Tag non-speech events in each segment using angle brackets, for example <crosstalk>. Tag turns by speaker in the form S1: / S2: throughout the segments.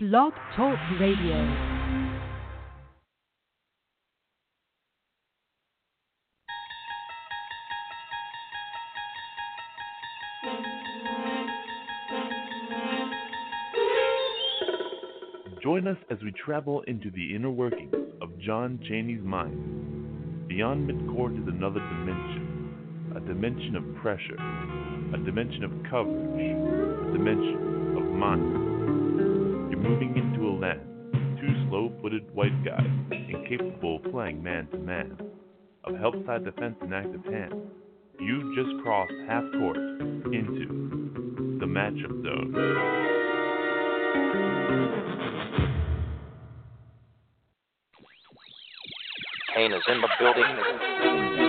S1: Blog Talk Radio.
S2: Join us as we travel into the inner workings of John Cheney's mind. Beyond midcourt is another dimension, a dimension of pressure, a dimension of coverage, a dimension of mind. You're moving into a land, two slow footed white guys, incapable of playing man to man, of help side defense and active hand. You've just crossed half court into the matchup zone.
S3: Kane is in the building.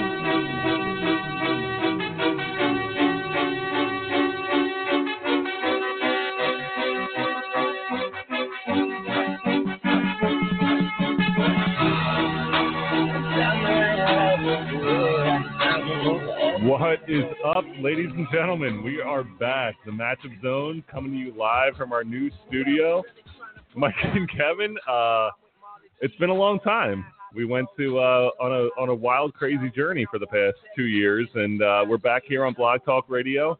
S4: What is up, ladies and gentlemen? We are back. The Matchup Zone coming to you live from our new studio. Mike <laughs> and Kevin, uh, it's been a long time. We went to uh, on a on a wild, crazy journey for the past two years, and uh, we're back here on Blog Talk Radio.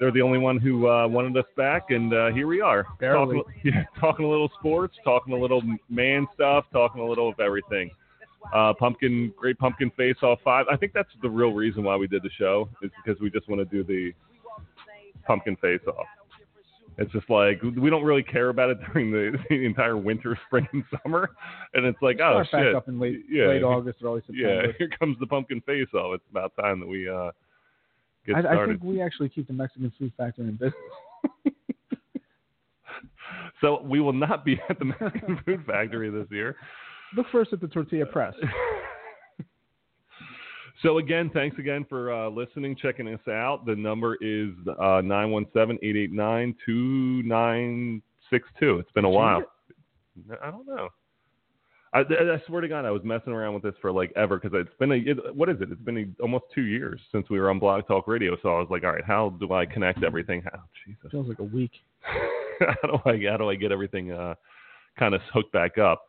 S4: They're the only one who uh, wanted us back, and uh, here we are.
S5: Barely.
S4: Talking, <laughs> yeah, talking a little sports, talking a little man stuff, talking a little of everything uh, pumpkin, great pumpkin face off five. I think that's the real reason why we did the show is because we just want to do the pumpkin face off. It's just like we don't really care about it during the, <laughs> the entire winter, spring, and summer, and it's like, oh
S5: Start back
S4: shit,
S5: up in late,
S4: Yeah.
S5: late August, early
S4: yeah,
S5: September.
S4: <laughs> here comes the pumpkin face off. It's about time that we uh, get
S5: I, I
S4: started.
S5: think we actually keep the Mexican food factor in business.
S4: So we will not be <laughs> at the Mexican Food Factory this year.
S5: Look first at the tortilla
S4: <laughs>
S5: press.
S4: So again, thanks again for uh, listening, checking us out. The number is uh, 917-889-2962. It's been a while. I don't know. I, I swear to God, I was messing around with this for like ever because it's been a it, what is it? It's been a, almost two years since we were on Blog Talk Radio. So I was like, all right, how do I connect everything? How Jesus,
S5: Feels like a week.
S4: <laughs> how do I how do I get everything uh, kind of hooked back up?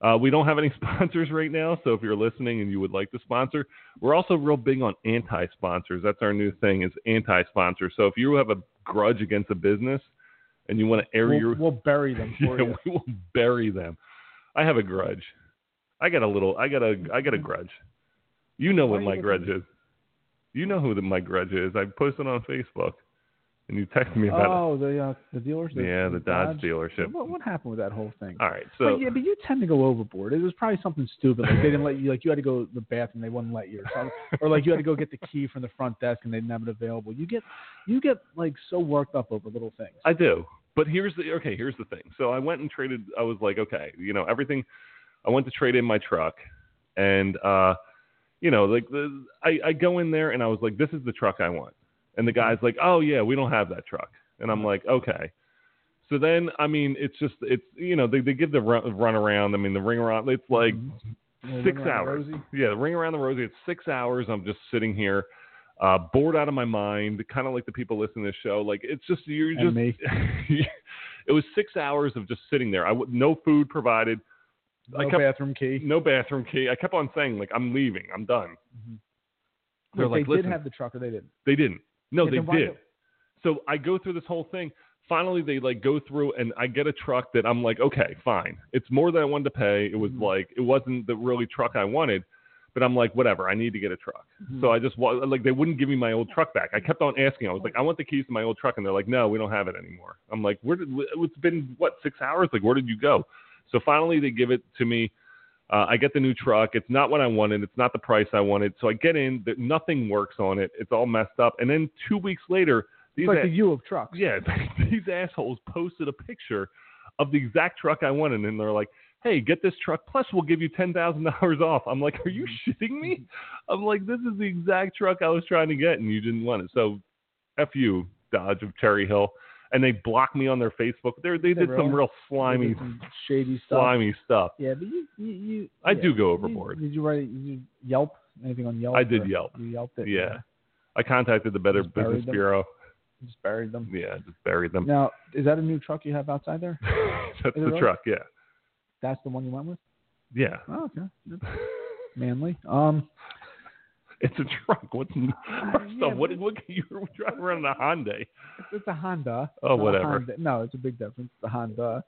S4: Uh, we don't have any <laughs> sponsors right now, so if you're listening and you would like to sponsor, we're also real big on anti-sponsors. That's our new thing is anti-sponsor. So if you have a grudge against a business and you want to air
S5: We'll,
S4: your
S5: we'll bury them
S4: <laughs>
S5: for
S4: yeah,
S5: you.
S4: we will bury them. I have a grudge. I got a little. I got a. I got a grudge. You know
S5: Mm-hmm. Why
S4: what
S5: you
S4: my
S5: looking-
S4: grudge is. You know who the, my grudge is. I posted on Facebook, and you texted me about
S5: Oh, the uh, the dealers.
S4: it. Yeah, the Dodge dealership.
S5: What, what happened with that whole thing?
S4: All right, so
S5: but yeah, but you tend to go overboard. It was probably something stupid. Like they didn't let you, like you had to go to the bathroom, they wouldn't let you, or, something. or like you had to go get the key from the front desk and they didn't have it available. You get, you get like so worked up over little things.
S4: I do. But here's the okay. Here's the thing. So I went and traded. I was like, okay, you know, everything. I went to trade in my truck, and uh, you know, like the, I, I go in there and I was like, this is the truck I want. And
S5: Mm-hmm.
S4: the guy's like, oh yeah, we don't have that truck. And I'm like, okay. So then, I mean, it's just it's you know they, they give the run, run around. I mean, the ring around. It's like
S5: Little
S4: six
S5: Ring Around
S4: hours.
S5: Rosie.
S4: Yeah, the ring around the rosy. It's six hours. I'm just sitting here, uh, bored out of my mind, kind of like the people listening to this show. Like it's just you're
S5: And
S4: just.
S5: me.
S4: <laughs> it was six hours of just sitting there. I w- no food provided,
S5: No
S4: I kept-
S5: bathroom key.
S4: no bathroom key. I kept on saying like I'm leaving, I'm done. They're
S5: Wait,
S4: like,
S5: they
S4: listen,
S5: did have the truck or they didn't.
S4: they didn't. No,
S5: Yeah,
S4: they
S5: then why
S4: did.
S5: don't-
S4: So I go through this whole thing. Finally, they like go through and I get a truck that I'm like, okay, fine. It's more than I wanted to pay. It was
S5: Mhm.
S4: like it wasn't the really truck I wanted, but I'm like, whatever. I need to get a truck.
S5: Mm-hmm.
S4: So I just wa- like they wouldn't give me my old truck back. I kept on asking. I was like, I want the keys to my old truck, and they're like, No, we don't have it anymore. I'm like, Where did it's been what six hours? Like, where did you go? So finally, they give it to me. Uh, I get the new truck. It's not what I wanted. It's not the price I wanted. So I get in. That nothing works on it. It's all messed up. And then two weeks later, these
S5: It's like
S4: a-
S5: the U of trucks.
S4: yeah, <laughs> these assholes posted a picture of the exact truck I wanted, and they're like, "Hey, get this truck, plus we'll give you ten thousand <laughs> dollars off." I'm like, "Are you
S5: Mm-hmm.
S4: shitting me?" I'm like, "This is the exact truck I was trying to get, and you didn't want it." So, f you, Dodge of Cherry Hill, and they blocked me on their Facebook. They're, they
S5: They
S4: did some
S5: really?
S4: real
S5: They
S4: slimy,
S5: did some shady stuff.
S4: slimy stuff.
S5: Yeah, but you, you, you
S4: I
S5: yeah.
S4: do go
S5: You-
S4: overboard.
S5: Did you write? Did you Yelp anything on Yelp?
S4: I did
S5: or-
S4: Yelp.
S5: You Yelped it.
S4: Yeah. I contacted the Better
S5: Just buried
S4: Business
S5: them.
S4: Bureau.
S5: Just buried them.
S4: Yeah, just buried them.
S5: Now, is that a new truck you have outside there? <laughs>
S4: <laughs> That's
S5: Is it
S4: the
S5: really?
S4: truck. Yeah,
S5: That's the one you went with?
S4: yeah.
S5: Oh, okay.
S4: <laughs>
S5: That's manly. Um,
S4: It's a truck. What's <laughs> first
S5: Uh, yeah,
S4: off? What,
S5: but-
S4: what can you drive around in a Hyundai?
S5: it's a Honda.
S4: Oh,
S5: It's not a
S4: whatever.
S5: Honda. No, it's a big difference. It's a Honda,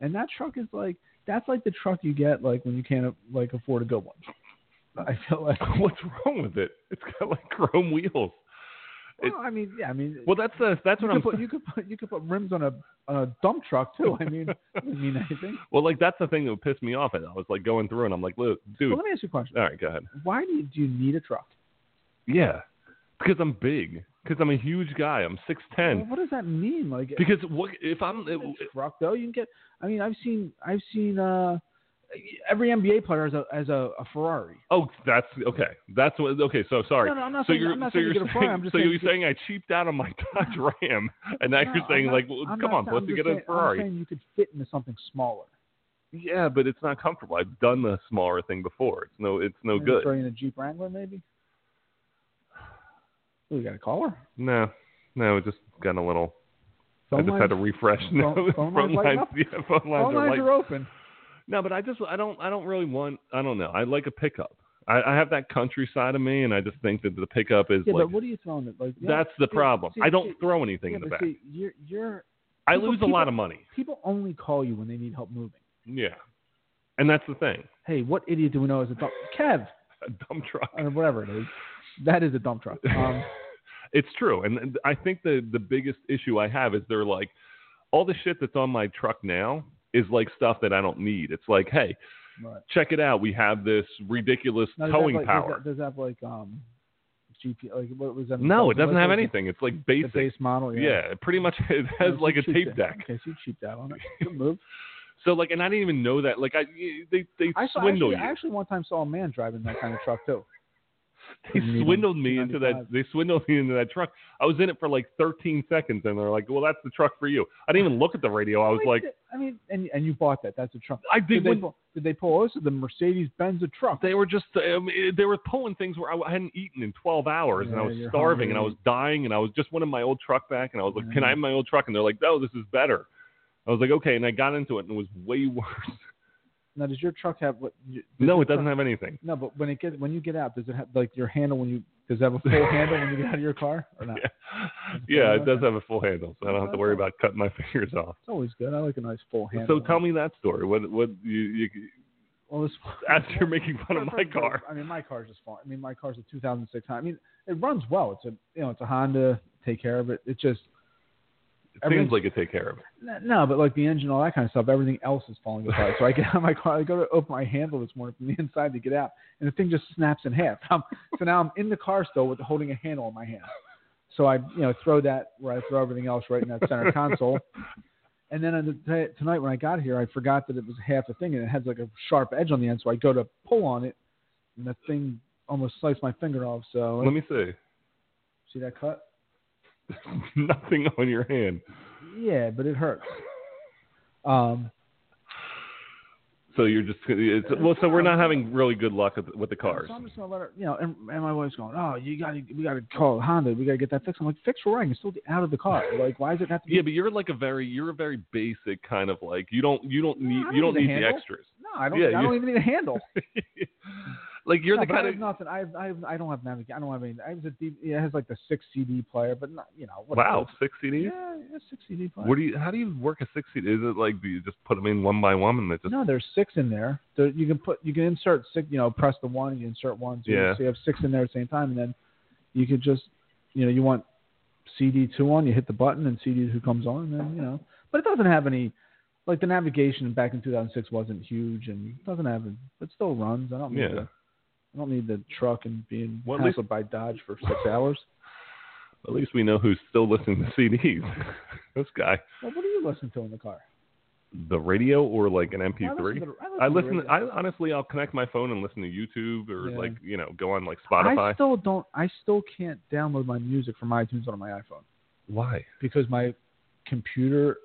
S5: and that truck is like that's like the truck you get like when you can't like afford a good one. I feel like.
S4: <laughs> What's wrong with it? It's got like chrome wheels. It-
S5: well, I mean, yeah, I mean.
S4: Well, that's the that's
S5: you
S4: what
S5: could
S4: I'm.
S5: put, you could put you could put rims on a on a dump truck too. I mean, doesn't mean anything.
S4: Well, like that's the thing that would piss me off. And I was like going through, and I'm like, look, dude.
S5: Well, let me ask you a question.
S4: all right, go ahead.
S5: Why do you, do you need a truck?
S4: Yeah, because I'm big. Because I'm a huge guy. I'm six
S5: Well,
S4: ten.
S5: what does that mean? Like,
S4: Because what if I'm?
S5: a truck though, you can get. I mean, I've seen I've seen uh every NBA player has a as a, a Ferrari.
S4: oh, that's okay. That's what. Okay, so sorry.
S5: No, no, I'm not
S4: so
S5: saying-
S4: you're
S5: I'm not
S4: so
S5: saying
S4: you're
S5: you get a Ferrari, I'm just
S4: so
S5: saying
S4: you're
S5: you get-
S4: saying I cheaped out on my <laughs> Dodge Ram, and now
S5: No,
S4: you're
S5: I'm
S4: saying
S5: not-
S4: like, well,
S5: I'm
S4: come
S5: not
S4: on,
S5: saying-
S4: let's
S5: I'm
S4: get
S5: just
S4: a
S5: saying-
S4: Ferrari.
S5: I'm saying you could fit into something smaller.
S4: Yeah, but it's not comfortable. I've done the smaller thing before. It's no, it's no
S5: Maybe
S4: Oh, good.
S5: Throw you in a Jeep Wrangler, maybe. Oh, you got a caller?
S4: No, no, it just got a little. I
S5: Phone
S4: just
S5: lines,
S4: had to refresh. No, <laughs>
S5: phone- phone
S4: front
S5: lines lighting up?
S4: yeah, phone lines
S5: phone
S4: are
S5: lines
S4: light-
S5: are open.
S4: No, but I just, I don't, I don't really want. I don't know. I like a pickup. I, I have that country side of me, and I just think that the pickup is
S5: Yeah,
S4: like
S5: but what are you throwing? It like yeah,
S4: that's the
S5: see,
S4: problem.
S5: see,
S4: I don't
S5: see,
S4: throw anything
S5: yeah,
S4: in the
S5: but
S4: back.
S5: See, you're, you're
S4: I
S5: people-
S4: lose a lot of money.
S5: people only call you when they need help moving.
S4: Yeah, and that's the thing. <laughs>
S5: Hey, what idiot do we know is a dump? Kev
S4: A dumb truck.
S5: or whatever it is. That is a dump truck. Um,
S4: It's true, and, and I think the the biggest issue I have is they're like, all the shit that's on my truck now is like stuff that I don't need. It's like, hey,
S5: right.
S4: check it out. We have this ridiculous
S5: Now, does that
S4: towing
S5: have, like,
S4: power.
S5: Does that, does that have like um, GP? Like what was that?
S4: no, it doesn't
S5: What
S4: have
S5: was it?
S4: anything. It's like
S5: The
S4: basic.
S5: base model.
S4: yeah. it pretty much <laughs> it has
S5: Yeah,
S4: like
S5: she
S4: a
S5: cheaped
S4: tape
S5: it.
S4: deck.
S5: Okay, she cheaped
S4: <laughs>
S5: out on it. Good move.
S4: So like, and I didn't even know that. Like, I they they
S5: I saw,
S4: swindle
S5: actually, I actually one time saw a man driving that kind of truck too.
S4: you.
S5: couldn't
S4: They
S5: even-
S4: swindled me into that.
S5: 95.
S4: They swindled me into that truck. I was in it for like 13 seconds, and they're like, "Well, that's the truck for you." I didn't even look at the radio. I was
S5: Wait,
S4: like,
S5: th- I mean, and and you bought that? That's a truck.
S4: "I did."
S5: Did they,
S4: When,
S5: pull, did they pull also the Mercedes Benz a truck?
S4: they were just um, they were pulling things where I hadn't eaten in 12 hours and I
S5: Yeah,
S4: was
S5: you're
S4: starving and I was
S5: hungry.
S4: dying and I was just wanting my old truck back and I was like, can I
S5: Yeah.
S4: have my old truck? And they're like, no, this is better. I was like, okay, and I got into it and it was way <laughs> worse.
S5: Now, does your truck have what? you- does
S4: no,
S5: your
S4: it doesn't have
S5: truck-
S4: anything.
S5: No, but when it gets when you get out, does it have like your handle when you? Does it have
S4: <laughs>
S5: a full handle when you get out of your car or not?
S4: Yeah.
S5: It's
S4: yeah, it
S5: fine,
S4: does
S5: okay.
S4: have a full handle, so I don't have to worry about cutting my <laughs> fingers off.
S5: It's always good. I like a nice full handle.
S4: So tell me that story. What what you, you
S5: Well, this,
S4: <laughs> as you're making fun of my car?
S5: I mean, my car's just fine. I mean, my car's a 2006 Honda. I mean, it runs well. It's a you know, it's a Honda. Take care of it. It just
S4: It seems like it take care of it.
S5: N- No, but like the engine, all that kind of stuff, everything else is falling apart. So I get <laughs> out of my car, I go to open my handle this morning from the <laughs> inside to get out, and the thing just snaps in half. <laughs> Um so now I'm in the car still with holding a handle in my hand. So I, you know, throw that where I throw everything else right in that center console. <laughs> And then on the t- tonight when I got here, I forgot that it was half a thing and it has like a sharp edge on the end. So I go to pull on it, and the thing almost sliced my finger off. So
S4: Let me see. <laughs>
S5: see that cut?
S4: Nothing on your hand.
S5: Yeah, but it hurts. Um,
S4: So you're just it's, well. So we're not having really good luck with, with the cars.
S5: So I'm just gonna let her, you know. And, and my wife's going, "Oh, you got to, we got to call Honda. We got to get that fixed." I'm like, "Fix for what? I can still get out of the car. Like, why is it have to be?"
S4: Yeah, but you're like a very you're a very basic kind of like you don't you don't
S5: No,
S4: need
S5: I
S4: you
S5: don't
S4: don't
S5: need
S4: need
S5: a
S4: the
S5: handle.
S4: extras.
S5: no, I don't.
S4: yeah,
S5: I
S4: you-
S5: don't even need a handle.
S4: like <laughs> you're
S5: no,
S4: the
S5: but I
S4: kind
S5: have
S4: of
S5: nothing. I have, I have, I don't have navigation. I don't have anything. I have a D, yeah, it has like the six CD player, but not, you know. Whatever.
S4: wow six CDs.
S5: Yeah, yeah, six CD player.
S4: What do you how do you work a six CD? Is it like do you just put them in one by one and it just
S5: no, there's six in there. There, you can put, you can insert six. You know, press the one, you insert one. So,
S4: Yeah.
S5: you, so you have six in there at the same time, and then you could just, you know, you want CD two on, you hit the button, and CD two comes on, and then you know. But it doesn't have any, like the navigation back in 2006 wasn't huge, and it doesn't have, a- it still runs. I don't need
S4: Yeah.
S5: the, I don't need the truck and being
S4: Well, at
S5: hassled by Dodge for six
S4: <laughs>
S5: hours.
S4: at least we know who's still listening to CDs. <laughs> this guy,
S5: Well, what do you listen to in the car?
S4: the radio or like an
S5: Well, I listen
S4: MP3.
S5: to the-
S4: I
S5: to the
S4: listen.
S5: radio.
S4: I honestly, I'll connect my phone and listen to YouTube or
S5: Yeah.
S4: like you know go on like
S5: I
S4: Spotify.
S5: still don't. I still can't download my music from iTunes on my iPhone.
S4: Why?
S5: because my uh, computer,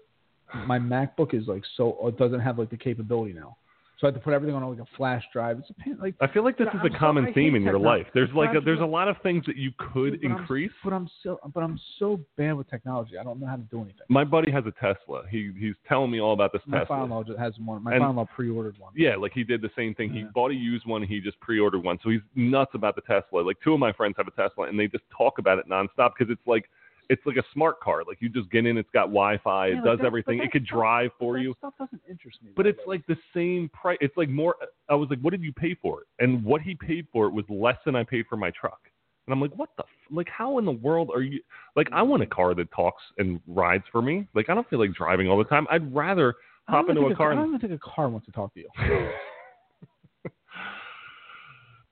S5: my MacBook is like so it doesn't have like the capability now. So I had to put everything on like a flash drive. It's a pain. Like,
S4: I feel like this
S5: Yeah,
S4: is
S5: I'm
S4: a
S5: so-
S4: common
S5: I hate
S4: theme in your
S5: techno-
S4: life. There's like a,
S5: technology,
S4: there's a
S5: but-
S4: lot of things that you could
S5: But I'm-
S4: increase.
S5: but I'm so, but I'm so bad with technology. I don't know how to do anything.
S4: My buddy has a Tesla. He he's telling me all about this
S5: My
S4: Tesla.
S5: father-in-law just has one. My
S4: And-
S5: father-in-law pre-ordered one.
S4: Yeah, like he did the same thing. He
S5: Yeah.
S4: bought a used one. He just pre-ordered one. So he's nuts about the Tesla. Like two of my friends have a Tesla, and they just talk about it nonstop because it's like it's like a smart car. Like you just get in, it's got Wi-Fi,
S5: Yeah,
S4: it
S5: like
S4: does
S5: that- but
S4: everything,
S5: that's
S4: it could
S5: not-
S4: drive for
S5: that
S4: you.
S5: Stuff doesn't interest me.
S4: But
S5: though,
S4: it's like the same price. It's like more. I was like, what did you pay for it? And what he paid for it was less than I paid for my truck. And I'm like, what the f- like? How in the world are you? Like, I want a car that talks and rides for me. Like, I don't feel like driving all the time. I'd rather
S5: I don't
S4: hop
S5: even
S4: into a
S5: think
S4: car
S5: I
S4: and
S5: don't even think a car wants to talk to you.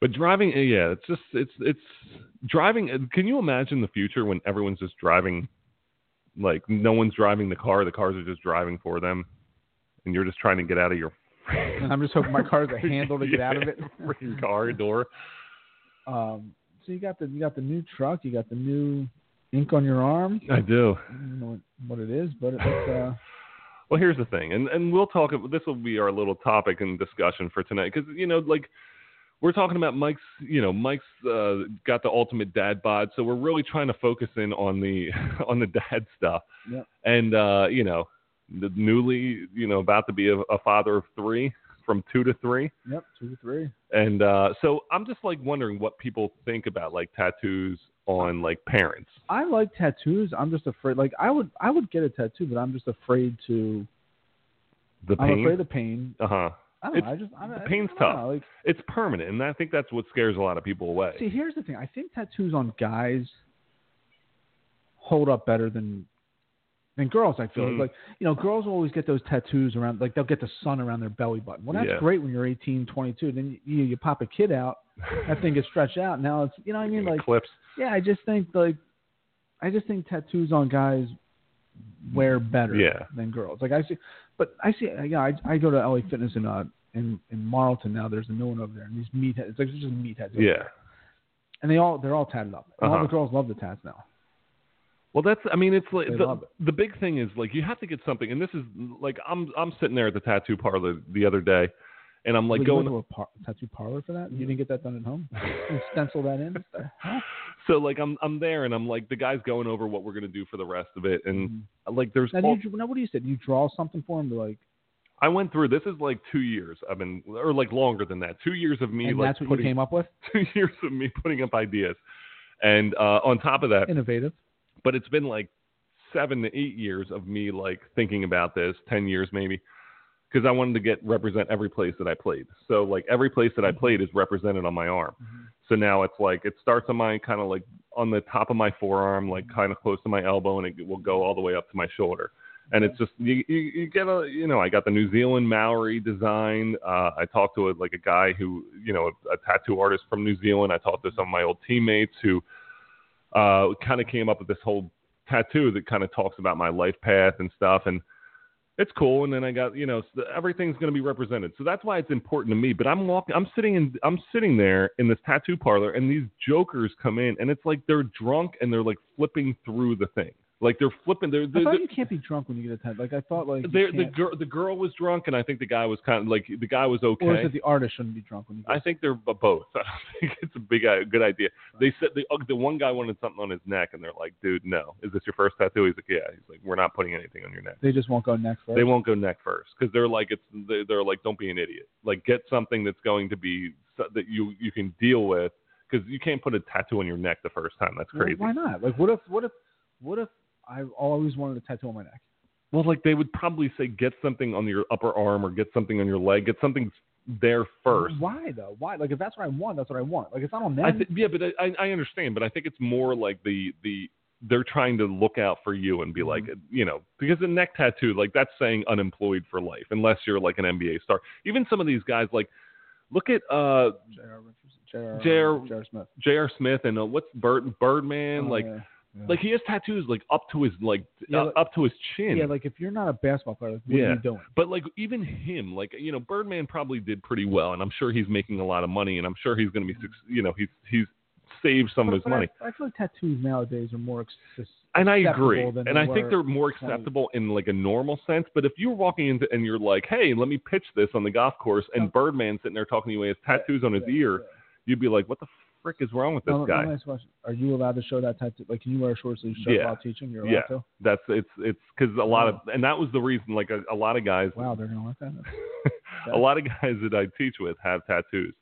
S4: But driving, eh, yeah, it's just it's it's driving. eh, Can you imagine the future when everyone's just driving, like no one's driving the car, the cars are just driving for them, and you're just trying to get out of your
S5: And I'm just hoping my car has a handle to get out of it.
S4: <laughs> freaking car door.
S5: Um, so you got the you got the new truck. You got the new ink on your arm.
S4: I do.
S5: I don't even know what, what it is, but it's uh,
S4: Well, here's the thing, and and we'll talk. This will be our little topic and discussion for tonight, because you know, like we're talking about Mike's. You know, Mike's uh, got the ultimate dad bod, so we're really trying to focus in on the <laughs> on the dad stuff.
S5: Yep.
S4: And uh, you know, the newly you know about to be a, a father of three, from two to three,
S5: yep, two to three.
S4: and uh, so I'm just like wondering what people think about like tattoos on like parents.
S5: I like tattoos. I'm just afraid. Like I would I would get a tattoo, but I'm just afraid to.
S4: The
S5: I'm afraid
S4: pain.
S5: of pain.
S4: Uh huh.
S5: I don't know. I just I,
S4: the
S5: I-
S4: pain's
S5: I don't
S4: tough.
S5: know, Like,
S4: It's permanent, and I think that's what scares a lot of people away.
S5: see, here's the thing. I think tattoos on guys hold up better than than girls. I feel
S4: Mhm.
S5: like you know girls will always get those tattoos around. Like they'll get the sun around their belly button. Well, that's
S4: Yeah.
S5: great when you're 18, 22. Then you you pop a kid out. That thing gets stretched out. Now it's you know what I mean like.
S4: clips.
S5: Yeah, I just think like I just think tattoos on guys wear better
S4: Yeah.
S5: than girls. Like I see, but I see. uh, Yeah, I, I go to LA Fitness in uh in in Marlton now. There's a new one over there, and these meatheads. It's like just meatheads. over
S4: Yeah.
S5: there. and they all they're all tatted up. And All
S4: Uh-huh.
S5: the girls love the tats now.
S4: Well, that's. I mean, it's like
S5: They
S4: the,
S5: love it.
S4: the big thing is like you have to get something, and this is like I'm I'm sitting there at the tattoo parlor the other day, and I'm like
S5: Wait, you
S4: going. Mm.
S5: went to a par- tattoo parlor for that. You didn't get that done at home.
S4: <laughs>
S5: You stencil that in.
S4: So like I'm I'm there, and I'm like the guy's going over what we're gonna do for the rest of it,
S5: <laughs>
S4: and like there's.
S5: Mm. Mm-hmm. Now,
S4: all-
S5: do you, now what do you say? Do you draw something for them? To like,
S4: I went through. This is like two years. I've been or like longer than that. Two years of me
S5: and
S4: like
S5: that's what
S4: putting
S5: you came up with.
S4: <laughs> two years of me putting up ideas, and uh, on top of that,
S5: Innovative.
S4: but it's been like seven to eight years of me like thinking about this, ten years maybe, because I wanted to get represent every place that I played. So like every place that I played is represented on my arm. So now it's like it starts on my kind of like on the top of my forearm, like kind of close to my elbow, and it will go all the way up to my shoulder. And it's just you, you, you get a you know I got the New Zealand Maori design. Uh, I talked to a, like a guy who you know a, tattoo artist from New Zealand. I talked to some of my old teammates who uh, kind of came up with this whole tattoo that kind of talks about my life path and stuff. And it's cool. And then I got, you know, so everything's going to be represented. So that's why it's important to me. But I'm walking, I'm sitting in, I'm sitting there in this tattoo parlor, and these jokers come in, and it's like they're drunk and they're like flipping through the thing, like they're flipping. They're,
S5: I
S4: they're,
S5: thought
S4: they're
S5: you can't be drunk when you get a tattoo. Like I thought, like you
S4: they're- the
S5: can't-
S4: girl, the girl was drunk, and I think the guy was kind of like the guy was okay.
S5: Or is it the artist shouldn't be drunk when he goes?
S4: I think they're b- both. <laughs> I don't think it's a big i- good idea. They said the uh, the one guy wanted something on his neck, and they're like, "Dude, no. Is this your first tattoo?" He's like, "Yeah." He's like, "We're not putting anything on your neck."
S5: they just won't go next. Right?
S4: They won't go neck first because they're like, "It's they're, they're like, don't be an idiot. Like, get something that's going to be so- that you you can deal with because you can't put a tattoo on your neck the first time. That's
S5: Well,
S4: crazy."
S5: Why not? Like, what if, what if, what if I always wanted a tattoo on my neck?
S4: Well, like they would probably say, "Get something on your upper arm or get something on your leg. Get something there first.
S5: Why though? Why? Like, if that's what I want, that's what I want. Like, it's not on them.
S4: I th- yeah, but I- I, I understand, but I think it's more like the the they're trying to look out for you and be like,
S5: Mm-hmm.
S4: you know, because the neck tattoo, like that's saying unemployed for life, unless you're like an NBA star. Even some of these guys, like, look at uh
S5: J.R. Richardson- J.R.
S4: J.R.
S5: J.R. Smith.
S4: J.R. Smith and uh, what's Bird Birdman,
S5: Oh,
S4: like,
S5: yeah. yeah.
S4: like he has tattoos like up to his like
S5: Yeah,
S4: uh,
S5: like-
S4: up to his chin.
S5: yeah, like if you're not a basketball player, like, what
S4: Yeah.
S5: are you doing?
S4: But like even him, like you know, Birdman probably did pretty well, and I'm sure he's making a lot of money, and I'm sure he's going to be, suc- you know, he's he's saved some
S5: But-
S4: of his
S5: but
S4: money.
S5: I, I feel like tattoos nowadays are more ex- just
S4: and I
S5: acceptable
S4: agree,
S5: than
S4: and
S5: they
S4: I think
S5: were
S4: they're more
S5: 20.
S4: acceptable in like a normal sense. But if you're walking into and you're like, "Hey, let me pitch this on the golf course," and
S5: Yeah.
S4: Birdman sitting there talking to you, he has tattoos on his
S5: Yeah,
S4: ear,
S5: yeah.
S4: you'd be like, "What the frick is wrong with this
S5: One- one
S4: guy?"
S5: last question. Are you allowed to show that type of like? Can you wear a short sleeve shirt
S4: Yeah.
S5: while teaching? You're allowed
S4: Yeah.
S5: to.
S4: That's it's it's because a lot of and that was the reason like a, a lot of guys
S5: Wow, they're gonna let that. in.
S4: a lot of <laughs> guys that I teach with have tattoos,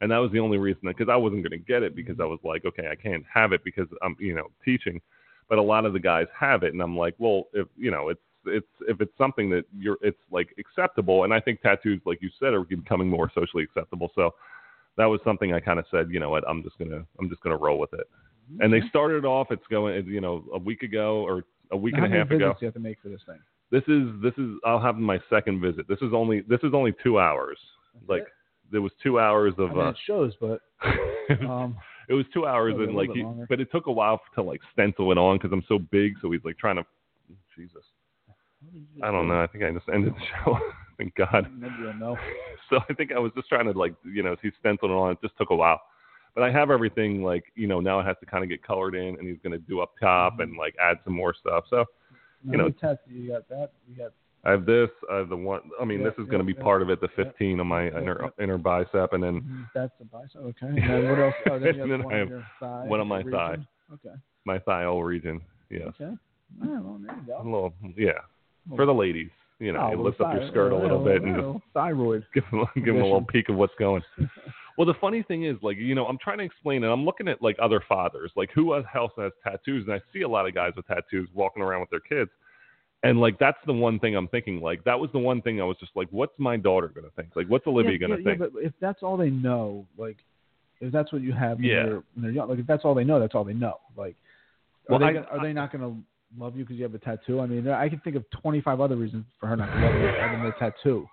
S4: and that was the only reason because I wasn't going to get it because I was like, okay, I can't have it because I'm you know teaching, but a lot of the guys have it, and I'm like, well, if you know it's it's if it's something that you're it's like acceptable, and I think tattoos, like you said, are becoming more socially acceptable, so. That was something I kind of said, you know what, I'm just gonna, I'm just gonna roll with it. And they started off, it's going, you know, a week ago or a week
S5: How
S4: and a
S5: many
S4: half
S5: visits
S4: ago.
S5: do you have to make for this thing?
S4: This is this is I'll have my second visit. This is only this is only two hours. like there was two hours
S5: I
S4: of
S5: mean,
S4: uh,
S5: it shows,
S4: <laughs>
S5: but
S4: it, was,
S5: um,
S4: it was two hours
S5: it'll be
S4: and
S5: a little
S4: like
S5: bit
S4: he-
S5: longer.
S4: but it took a while to like stencil it on because I'm so big. So he's like trying to Jesus. I don't know. I think I just ended the <laughs> show. Thank God. <laughs>
S5: maybe you'll know.
S4: So I think I was just trying to like you know he stenciled it on. It just took a while. But I have everything like you know now it has to kind of get colored in and he's gonna do up
S5: Mm-hmm.
S4: top and like add some more stuff. So
S5: You
S4: know-
S5: you got that. You got
S4: I have this. I have the one. I mean,
S5: Yeah,
S4: this is going to
S5: yeah,
S4: be
S5: yeah.
S4: part of it. The
S5: Yeah.
S4: 15 on my
S5: Yeah,
S4: inner inner bicep, and then
S5: that's a bicep. Okay. And then what else?
S4: <laughs>
S5: Oh, then you
S4: And
S5: have
S4: then
S5: one
S4: I
S5: on
S4: have
S5: your thigh.
S4: one on my
S5: region.
S4: thigh.
S5: Okay.
S4: my thiol region. Yeah,
S5: Okay. All right, well, there you
S4: a
S5: go.
S4: little. Yeah, for the ladies, you know,
S5: Oh,
S4: it
S5: well,
S4: lifts up your
S5: thy-
S4: skirt a
S5: yeah,
S4: little
S5: well,
S4: bit
S5: yeah,
S4: and just <laughs>
S5: well, thyroid.
S4: give them, give them a little
S5: Position.
S4: peek of what's
S5: <laughs>
S4: going. Well, the funny thing is, like, you know, I'm trying to explain, and I'm looking at like other fathers, like who else has tattoos, and I see a lot of guys with tattoos walking around with their kids, and like that's the one thing I'm thinking. Like that was the one thing I was just like, what's my daughter gonna think? Like, what's Olivia
S5: yeah,
S4: gonna
S5: yeah,
S4: think?
S5: Yeah, but if that's all they know, like, if that's what you have when,
S4: Yeah.
S5: they're, when they're young, like, if that's all they know, that's all they know. Like,
S4: Well,
S5: are, they,
S4: I-
S5: gonna- are they not going to love you because you have a tattoo? I mean, I can think of 25 other reasons for her not to love you other than the tattoo.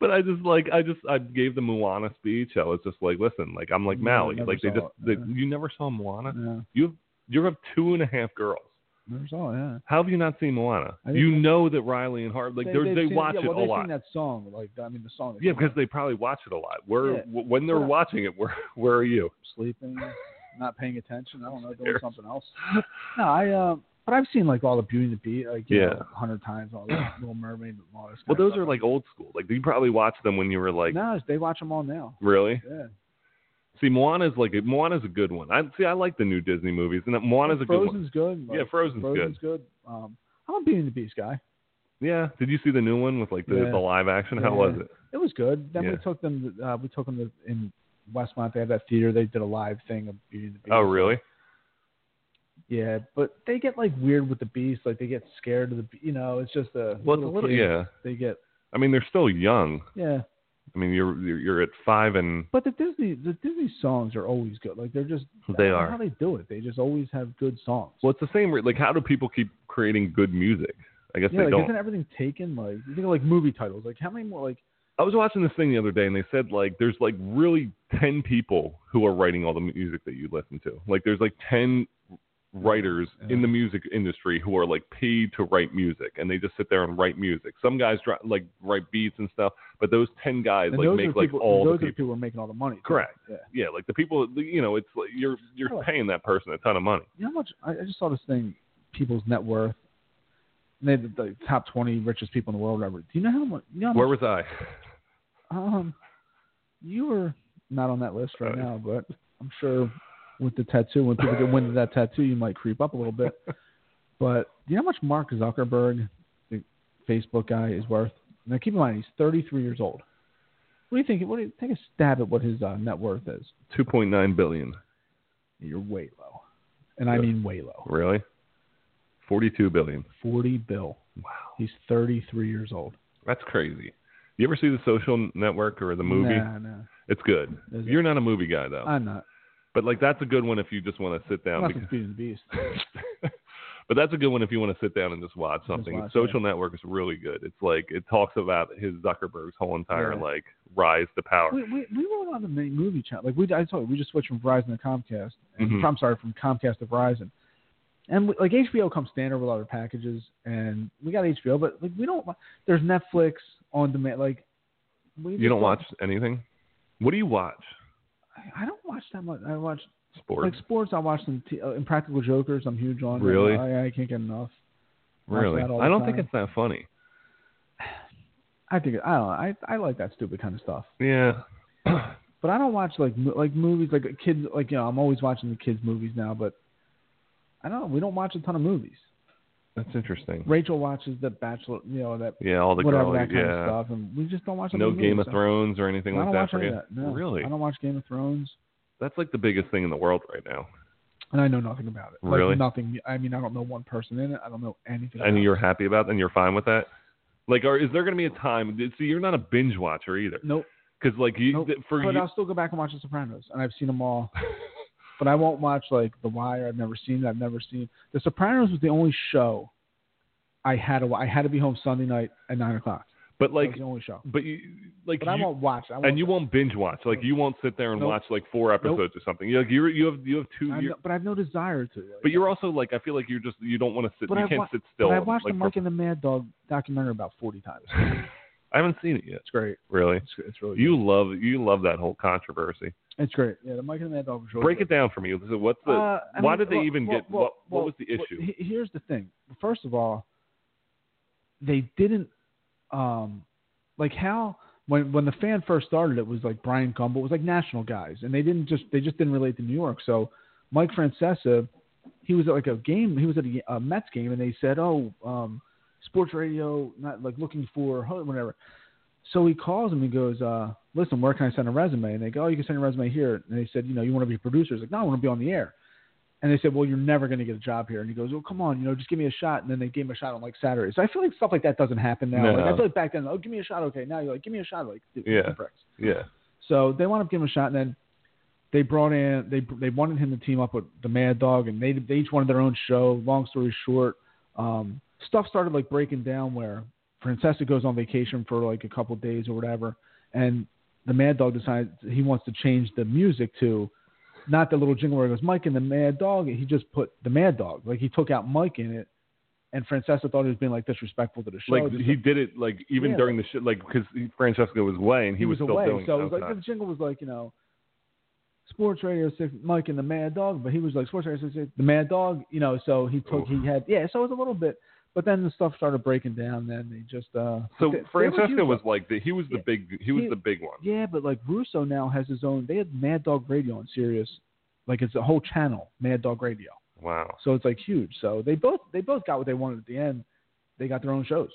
S4: But I just like I just I gave the Moana speech. I was just like, listen, like I'm like
S5: Yeah,
S4: Maui.
S5: never
S4: Like they
S5: saw
S4: just
S5: it. Uh-huh. Mm-hmm.
S4: they,
S5: Yeah.
S4: you never saw Moana.
S5: Yeah,
S4: You you have two and a half girls.
S5: never saw it. Yeah.
S4: How have you not seen Moana?
S5: I didn't
S4: You
S5: know-
S4: know that Riley and Hart like
S5: they,
S4: they're-
S5: they've
S4: they
S5: seen-
S4: watch
S5: yeah,
S4: it
S5: well,
S4: a
S5: they've
S4: lot.
S5: sing that song. Like, I mean, the song.
S4: Yeah, because they probably watch it a lot. Where
S5: Yeah.
S4: w- when they're
S5: Well,
S4: watching it, where where are you?
S5: sleeping, not paying attention. I don't know, doing
S4: Serious.
S5: something else. No, I. Uh, but I've seen like all the Beauty and the Beast, like you
S4: Yeah.
S5: know, a hundred times, all the
S4: <clears throat>
S5: Little Mermaid, and all this.
S4: Well,
S5: kind of
S4: those are
S5: stuff.
S4: like old school. Like you probably watched them when you were like
S5: no, they watch them all now.
S4: really.
S5: Yeah,
S4: See, Moana's like Moana's a good one. I see. I like the new Disney movies, and that Moana's a good one.
S5: Frozen's good. like,
S4: Yeah, Frozen's good.
S5: Frozen's good. Um, I'm a Beauty and the Beast guy.
S4: Yeah. Did you see the new one with like the,
S5: Yeah.
S4: the live action? How
S5: Yeah.
S4: was it?
S5: It was good. Then we
S4: Yeah.
S5: took them. To, uh, we took them to, in Westmont. They had that theater. They did a live thing of Beauty and the Beast.
S4: Oh, really?
S5: Yeah, but they get like weird with the Beast. Like they get scared of the. be- You know, it's just a.
S4: Well, it's a little,
S5: kids,
S4: yeah.
S5: They get.
S4: I mean, they're still young.
S5: Yeah,
S4: I mean, you're you're, you're at five and
S5: But the Disney the Disney songs are always good. Like they're just I
S4: They
S5: don't know
S4: are.
S5: how they do it. They just always have good songs.
S4: well, it's the same. re- Like, how do people keep creating good music? I guess
S5: yeah,
S4: they
S5: like
S4: don't.
S5: isn't everything taken? Like you think of like movie titles. Like how many more like
S4: I was watching this thing the other day, and they said like there's like really ten people who are writing all the music that you listen to. Like, there's like ten writers
S5: Yeah.
S4: in the music industry who are like paid to write music, and they just sit there and write music. Some guys dri- like write beats and stuff, but those ten guys
S5: and
S4: like
S5: those are
S4: make
S5: the
S4: like
S5: people,
S4: all
S5: those
S4: the
S5: are the
S4: people.
S5: people who are making all the money. too.
S4: Correct.
S5: Yeah.
S4: Yeah, like the people. You know, it's like you're you're
S5: Sure.
S4: paying that person a ton of money.
S5: You know how much I, I just saw this thing, people's net worth. And they had the, the top twenty richest people in the world ever. Do you know how much you know how
S4: Where
S5: much,
S4: was I?
S5: um you were not on that list right
S4: Uh,
S5: now, but I'm sure with the tattoo, when people get wind of that tattoo, you might creep up a
S4: <laughs>
S5: little bit. But do you know how much Mark Zuckerberg, the Facebook guy, is worth? Now keep in mind he's 33 years old. What do you think? What do you take a stab at what his uh, net worth is?
S4: Two point nine billion.
S5: You're way low, and I
S4: Yeah.
S5: mean way low.
S4: Really? 42 billion.
S5: 40 bill.
S4: Wow.
S5: He's 33 years old.
S4: That's crazy. You ever see The Social Network or the movie?
S5: Nah, nah,
S4: It's good.
S5: Is it?
S4: You're not a movie guy though.
S5: I'm not.
S4: but like that's a good one if you just want to sit down
S5: I'm not
S4: because-
S5: from Beauty and the Beast.
S4: <laughs> but that's a good one if you want to sit down and just watch something.
S5: watch,
S4: Social Network is really good. It's like it talks about his Zuckerberg's whole entire
S5: Yeah.
S4: like rise to power.
S5: We, we, we were on the main movie channel. Like we, I told you, we just switched from Verizon to Comcast. And,
S4: Mhm.
S5: I'm sorry, from Comcast to Verizon. And we, like HBO comes standard with other packages, and we got HBO, but like we don't. wa- There's Netflix on demand. Like we
S4: you
S5: just
S4: don't watch anything? What do you watch?
S5: I- I don't watch that much. I watch
S4: sport.
S5: Like sports, I watch some t- uh, Impractical Jokers. I'm huge on.
S4: Really?
S5: I, I can't get enough. watch
S4: really?
S5: that all
S4: I
S5: the
S4: don't think
S5: time.
S4: it's that funny.
S5: I think I don't. Know, I I like that stupid kind of stuff.
S4: Yeah. <clears throat>
S5: But I don't watch like mo- like movies like kids like you know I'm always watching the kids movies now. But I don't. We don't watch a ton of movies.
S4: That's interesting.
S5: Rachel watches The Bachelor. You know that
S4: Yeah, all the
S5: whatever
S4: girlies.
S5: that kind
S4: yeah.
S5: of stuff, and we just don't watch. a
S4: No
S5: lot
S4: Game
S5: movies,
S4: of
S5: so-
S4: Thrones or anything
S5: I
S4: like
S5: don't
S4: that
S5: watch
S4: for
S5: any
S4: you.
S5: of that. No,
S4: Really?
S5: I don't watch Game of Thrones,
S4: That's like the biggest thing in the world right now.
S5: and I know nothing about it. Like,
S4: Really?
S5: nothing. I mean, I don't know one person in it. I don't know anything. about
S4: And
S5: it.
S4: you're happy about and you're fine with that? Like, are, is there going to be a time? See, you're not a binge watcher either.
S5: Nope.
S4: Because, like, you,
S5: Nope.
S4: th- for
S5: but
S4: you,
S5: I'll still go back and watch The Sopranos, and I've seen them all.
S4: <laughs>
S5: but I won't watch like The Wire. I've never seen. it. I've never seen. The Sopranos was the only show I had to. wa- I had to be home Sunday night at nine o'clock.
S4: but
S5: that
S4: like,
S5: was the only show.
S4: but you, like,
S5: But I
S4: you,
S5: won't watch. I won't,
S4: and you won't binge watch. Like, you won't sit there and
S5: Nope.
S4: watch like four episodes or something. You like, you you have you have two.
S5: I've
S4: year-
S5: no- but I have no desire to. Like,
S4: but you're also like, I feel like you're just you don't want to sit.
S5: But
S4: you
S5: I
S4: can't
S5: wa-
S4: sit still.
S5: But I watched
S4: like,
S5: the
S4: for-
S5: Mike and the Mad Dog documentary about
S4: <laughs>
S5: forty times.
S4: I haven't seen it yet.
S5: It's great.
S4: Really,
S5: It's, it's really.
S4: you love you love that whole controversy.
S5: Good. It's great. Yeah, the Mike and the Mad Dog was really
S4: Break
S5: good.
S4: it down for me. So What's the
S5: Uh, I
S4: why
S5: mean,
S4: did they
S5: well-
S4: even
S5: well-
S4: get
S5: well-
S4: what? What
S5: well,
S4: was the
S5: well,
S4: issue?
S5: he- here's the thing. First of all, they didn't um, like how when when the fan first started. It was like Brian Gumbel it was like national guys, and they didn't just they just didn't relate to New York. So Mike Francesa, he was at like a game. He was at a, a Mets game, and they said, "Oh, um, sports radio, not like looking for ho- whatever." So he calls him. He goes, uh, "Listen, where can I send a resume?" And they go, "Oh, you can send your resume here." And they said, "You know, you want to be a producer?" He's like, "No, I want to be on the air." And they said, "Well, you're never going to get a job here." And he goes, "Well, come on, you know, just give me a shot." And then they gave him a shot on like Saturday. So I feel like stuff like that doesn't happen now.
S4: No.
S5: Like, I feel like back then, oh, give me a shot, okay. Now you're like, give me a shot, like, dude,
S4: Yeah.
S5: pricks.
S4: Yeah.
S5: So they wound up giving him a shot, and then they brought in they they wanted him to team up with the Mad Dog, and they they each wanted their own show. Long story short, um, stuff started like breaking down where Francesca goes on vacation for like a couple days or whatever, and the Mad Dog decides he wants to change the music to not the little jingle where it goes Mike and the Mad Dog. He just put the Mad Dog, like he took out Mike in it, and Francesca thought he was being like disrespectful to the show.
S4: Like
S5: just
S4: he did it like even
S5: Yeah.
S4: during the shit like because Francesco was away and he, was, still
S5: away.
S4: doing
S5: so
S4: it.
S5: it was like
S4: Okay.
S5: the jingle was like you know, sports radio six Mike and the Mad Dog, but he was like sports radio six the Mad Dog, you know. So he took he had yeah. So it was a little bit, but then the stuff started breaking down. Then they just uh.
S4: so
S5: they- they were
S4: Francesco
S5: huge.
S4: was like the, he was the
S5: Yeah.
S4: big he was
S5: He-
S4: the big one.
S5: yeah, but like Russo now has his own. They had Mad Dog Radio on Sirius, like it's a whole channel Mad Dog Radio.
S4: Wow,
S5: So it's like huge. So they both they both got what they wanted at the end. They got their own shows,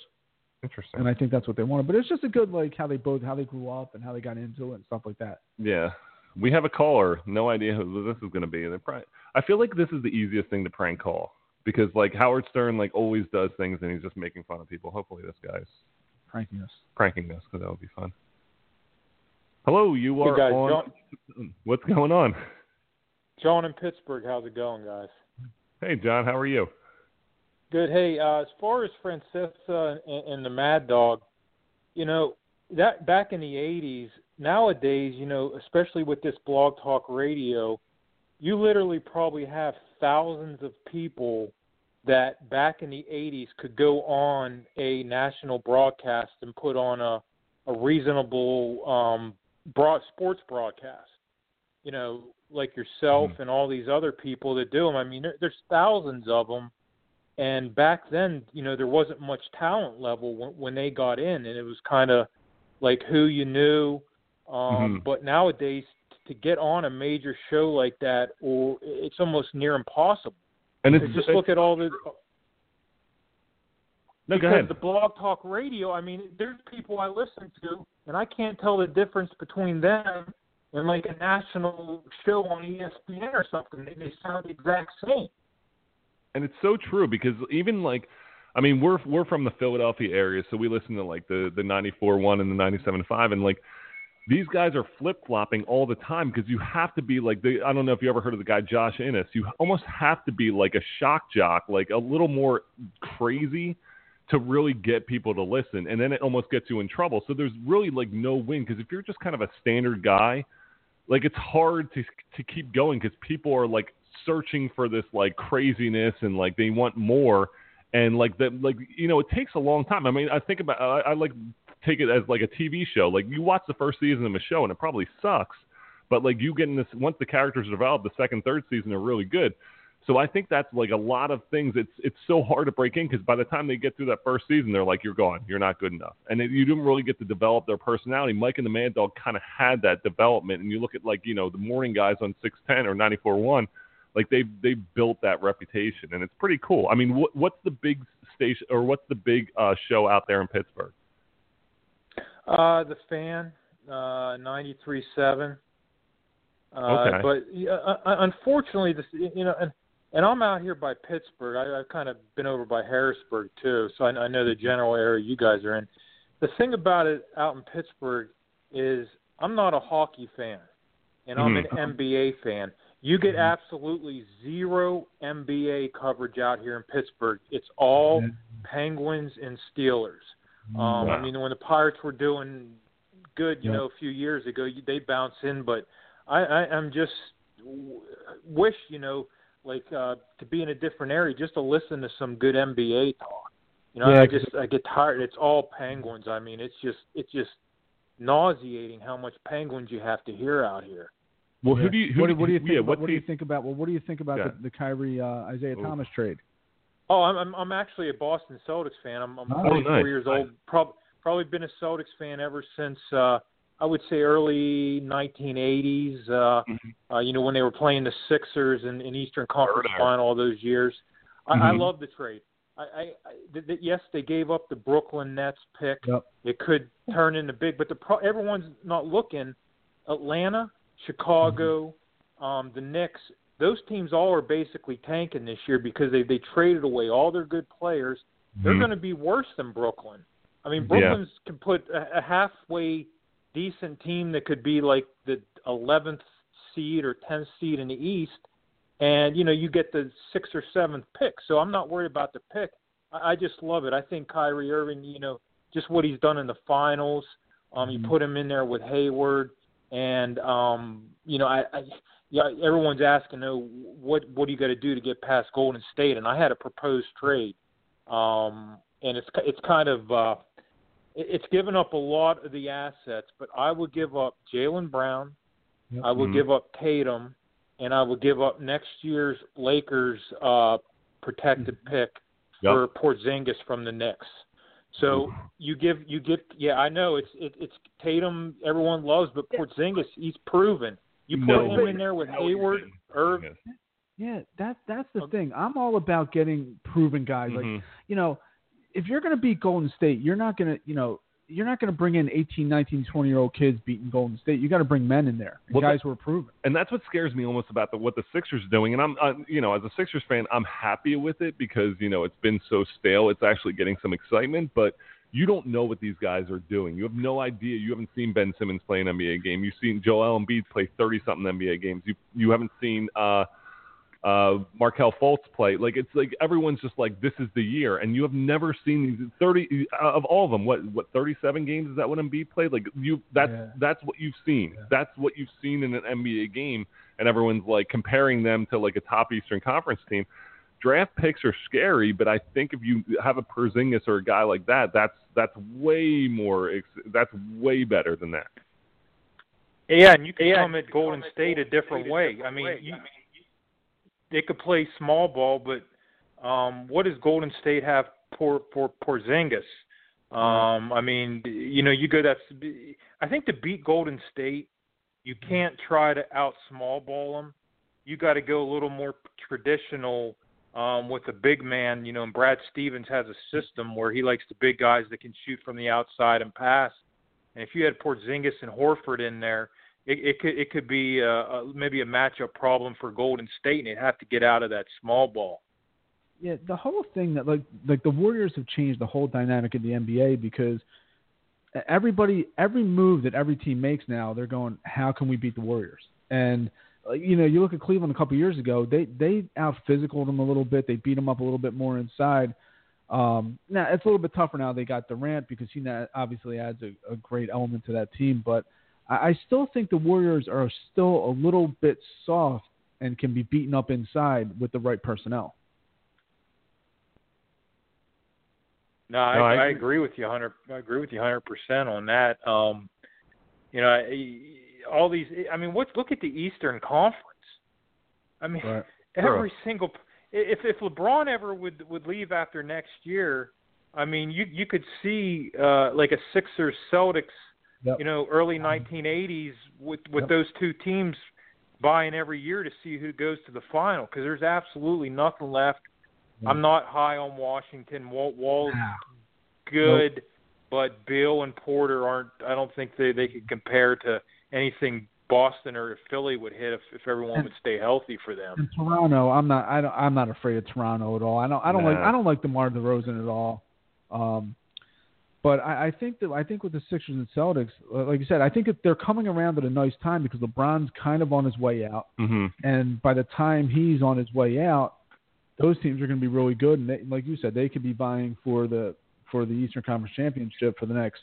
S4: interesting.
S5: and I think that's what they wanted. But it's just a good like how they both how they grew up and how they got into it and stuff like that.
S4: yeah, we have a caller. No idea who this is going to be. And they're probably, I feel like this is the easiest thing to prank call because like Howard Stern like always does things and he's just making fun of people. Hopefully this guy's
S5: Cranking us.
S4: pranking us because that would be fun. Hello, you are
S6: guys,
S4: on. What's going on?
S6: John in Pittsburgh, how's it going, guys?
S4: Hey, John, how are you?
S6: Good. Hey, uh, as far as Francesca and, and the Mad Dog, you know that back in the '80s. Nowadays, you know, especially with this blog talk radio, you literally probably have thousands of people that back in the '80s could go on a national broadcast and put on a a reasonable um, broad sports broadcast. You know, like yourself and all these other people that do them. I mean, there, there's thousands of them and back then you know there wasn't much talent level when, when they got in and it was kind of like who you knew um
S4: Mhm.
S6: but nowadays to get on a major show like that or it's almost near impossible
S4: And it's
S6: just look at all the
S4: no, go
S6: because
S4: ahead.
S6: the blog talk radio i mean there's people i listen to and i can't tell the difference between them and like a national show on E espn or something they, they sound the exact same
S4: and it's so true because even like I mean we're we're from the Philadelphia area so we listen to like the the 94 1 and the 97 5 and like these guys are flip flopping all the time because you have to be like the, I don't know if you ever heard of the guy Josh Innes you almost have to be like a shock jock like a little more crazy to really get people to listen and then it almost gets you in trouble so there's really like no win because if you're just kind of a standard guy like it's hard to to keep going because people are like searching for this like craziness and like they want more and like that like you know it takes a long time i mean i think about i, I like take it as like a tv show like you watch the first season of a show and it probably sucks But like you getting this once the characters develop, the second, third season are really good. So I think that's like a lot of things. It's it's so hard to break in because by the time they get through that first season, they're like, you're gone, you're not good enough, and it, you didn't really get to develop their personality. Mike and the Mad Dog kind of had that development, and you look at like you know the morning guys on six ten or ninety four one, like they they built that reputation, and it's pretty cool. I mean, what what's the big station or what's the big uh, show out there in Pittsburgh?
S6: Uh, the fan, uh, ninety-three seven. Uh,
S4: Okay.
S6: But yeah, uh, uh, unfortunately, this you know, and and I'm out here by Pittsburgh. I, I've kind of been over by Harrisburg too, so I, I know the general area you guys are in. The thing about it out in Pittsburgh is I'm not a hockey fan, and I'm
S4: Mhm.
S6: an NBA fan. You get absolutely zero NBA coverage out here in Pittsburgh. It's all Penguins and Steelers.
S5: Mm.
S6: Um, I
S4: Wow.
S6: mean, when the Pirates were doing good, you
S5: Yeah.
S6: know, a few years ago, you- they bounce in, but I, I I'm just w- wish you know, like uh, to be in a different area, just to listen to some good NBA talk. You know,
S5: Yeah,
S6: I just I get tired. It's all Penguins. I mean, it's just it's just nauseating how much Penguins you have to hear out here.
S4: Well,
S5: Yeah.
S4: who do you who
S5: what, do- what do you
S4: yeah,
S5: think? about,
S4: what's
S5: what do you
S4: the-
S5: think about? Well, what do you think about
S4: Yeah.
S5: the, the Kyrie uh, Isaiah
S4: Ooh.
S5: Thomas trade?
S6: Oh, I'm I'm, I'm actually a Boston Celtics fan. I'm, I'm
S5: Oh,
S6: 44
S4: nice.
S6: years old. Prob- probably been a Celtics fan ever since uh, I would say early 1980s. Uh, uh, you know when they were playing the Sixers in, in Eastern Conference
S4: Mm-hmm. Heard of.
S6: Final all those years. I, I
S4: Mhm.
S6: love the trade. I, I, I th- th- yes, they gave up the Brooklyn Nets pick.
S5: Yep.
S6: It could turn into big, but the pro- everyone's not looking. Atlanta, Chicago, um, the Knicks. Those teams all are basically tanking this year because they they traded away all their good players. They're
S4: Mhm.
S6: going to be worse than Brooklyn. I mean,
S4: Yeah.
S6: Brooklyn's can put a, a halfway decent team that could be like the 11th seed or 10th seed in the East, and you know you get the sixth or seventh pick. So I'm not worried about the pick. I, I just love it. I think Kyrie Irving, you know, just what he's done in the finals. Um, you
S5: Mhm.
S6: put him in there with Hayward, and um, you know, I, I yeah, everyone's asking, oh, what what do you got to do to get past Golden State? And I had a proposed trade, um, and it's ki- it's kind of uh, it- it's given up a lot of the assets, but I would give up Jalen Brown,
S5: Yep.
S6: I would
S4: Mhm.
S6: give up Tatum, and I would give up next year's Lakers uh, protected pick
S4: Yep. Mm-hmm.
S6: for Porzingis from the Knicks. So you give you give yeah I know it's it, it's Tatum everyone loves but Porzingis he's proven you put
S4: No
S6: him
S4: way.
S6: in there with
S4: No, you
S6: Hayward
S4: didn't.
S6: Irv
S5: Yeah, that that's the
S6: Um,
S5: thing. I'm all about getting proven guys. Like
S4: Mhm.
S5: you know, if you're going to beat Golden State, you're not going to you know you're not going to bring in 18, 19, 20 year old kids beating Golden State. You got to bring men in there, and
S4: Well,
S5: guys who are proven.
S4: and that's what scares me almost about the, what the Sixers are doing. And I'm, uh, you know, as a Sixers fan, I'm happy with it because you know it's been so stale. It's actually getting some excitement, but you don't know what these guys are doing. You have no idea. You haven't seen Ben Simmons play an NBA game. You've seen Joel Embiid play thirty something NBA games. You you haven't seen. uh uh, Markel Fultz play. Like it's like everyone's just like this is the year, and you have never seen these thirty of all of them. What what thirty seven games is that what Embiid played? Like you that's
S5: Yeah.
S4: that's what you've seen.
S5: Yeah.
S4: That's what you've seen in an NBA game, and everyone's like comparing them to like a top Eastern Conference team. Draft picks are scary, but I think if you have a Porzingis or a guy like that, that's that's way more. ex That's way better than that.
S6: Yeah, and you can come at Golden State a different way. I mean, you, they could play small ball, but um, what does Golden State have for for Porzingis? Um, I mean, you know, you go. That's I think to beat Golden State, you can't try to out small ball them. You got to go a little more traditional um, with the big man. You know, and Brad Stevens has a system where he likes the big guys that can shoot from the outside and pass. And if you had Porzingis and Horford in there, it, it could it could be uh uh maybe a matchup problem for Golden State, and they'd have to get out of that small ball.
S5: Yeah, the whole thing that like like the Warriors have changed the whole dynamic of the NBA because e, everybody every move that every team makes now they're going how can we beat the Warriors and uh, you know you look at Cleveland a couple years ago they they out physicaled them a little bit they beat them up a little bit more inside um, now it's a little bit tougher now they got Durant because he now obviously adds a, a great element to that team but I, I still think the Warriors are still a little bit soft and can be beaten up inside with the right personnel.
S6: No, I,
S4: No, I
S6: I, agree with you, hundred. I agree with you, hundred percent on that. Um, you know, I, all these. I mean, what's look at the Eastern Conference. I mean,
S5: Right.
S6: every single. If if LeBron ever would would leave after next year, I mean, you you could see uh, like a Sixers Celtics,
S5: Yep. Mm-hmm.
S6: you know, early 1980s with with
S5: Yep.
S6: those two teams buying every year to see who goes to the final because there's absolutely nothing left.
S5: Yeah.
S6: I'm not high on Washington. Walt Wall's
S5: Ah,
S6: good, but Bill and Porter aren't. I don't think they they could compare to anything Boston or Philly would hit if, if everyone would stay healthy for them.
S5: in Toronto, I'm not. I don't. I'm not afraid of Toronto at all. I don't. I don't like.
S4: Nah.
S5: I don't like DeMar DeRozan at all. Um, but I, I think that I think with the Sixers and Celtics, uh, like you said, I think that they're coming around at a nice time because LeBron's kind of on his way out,
S4: Mm-hmm.
S5: and by the time he's on his way out, those teams are going to be really good, and they, like you said, they could be vying for the for the Eastern Conference championship for the next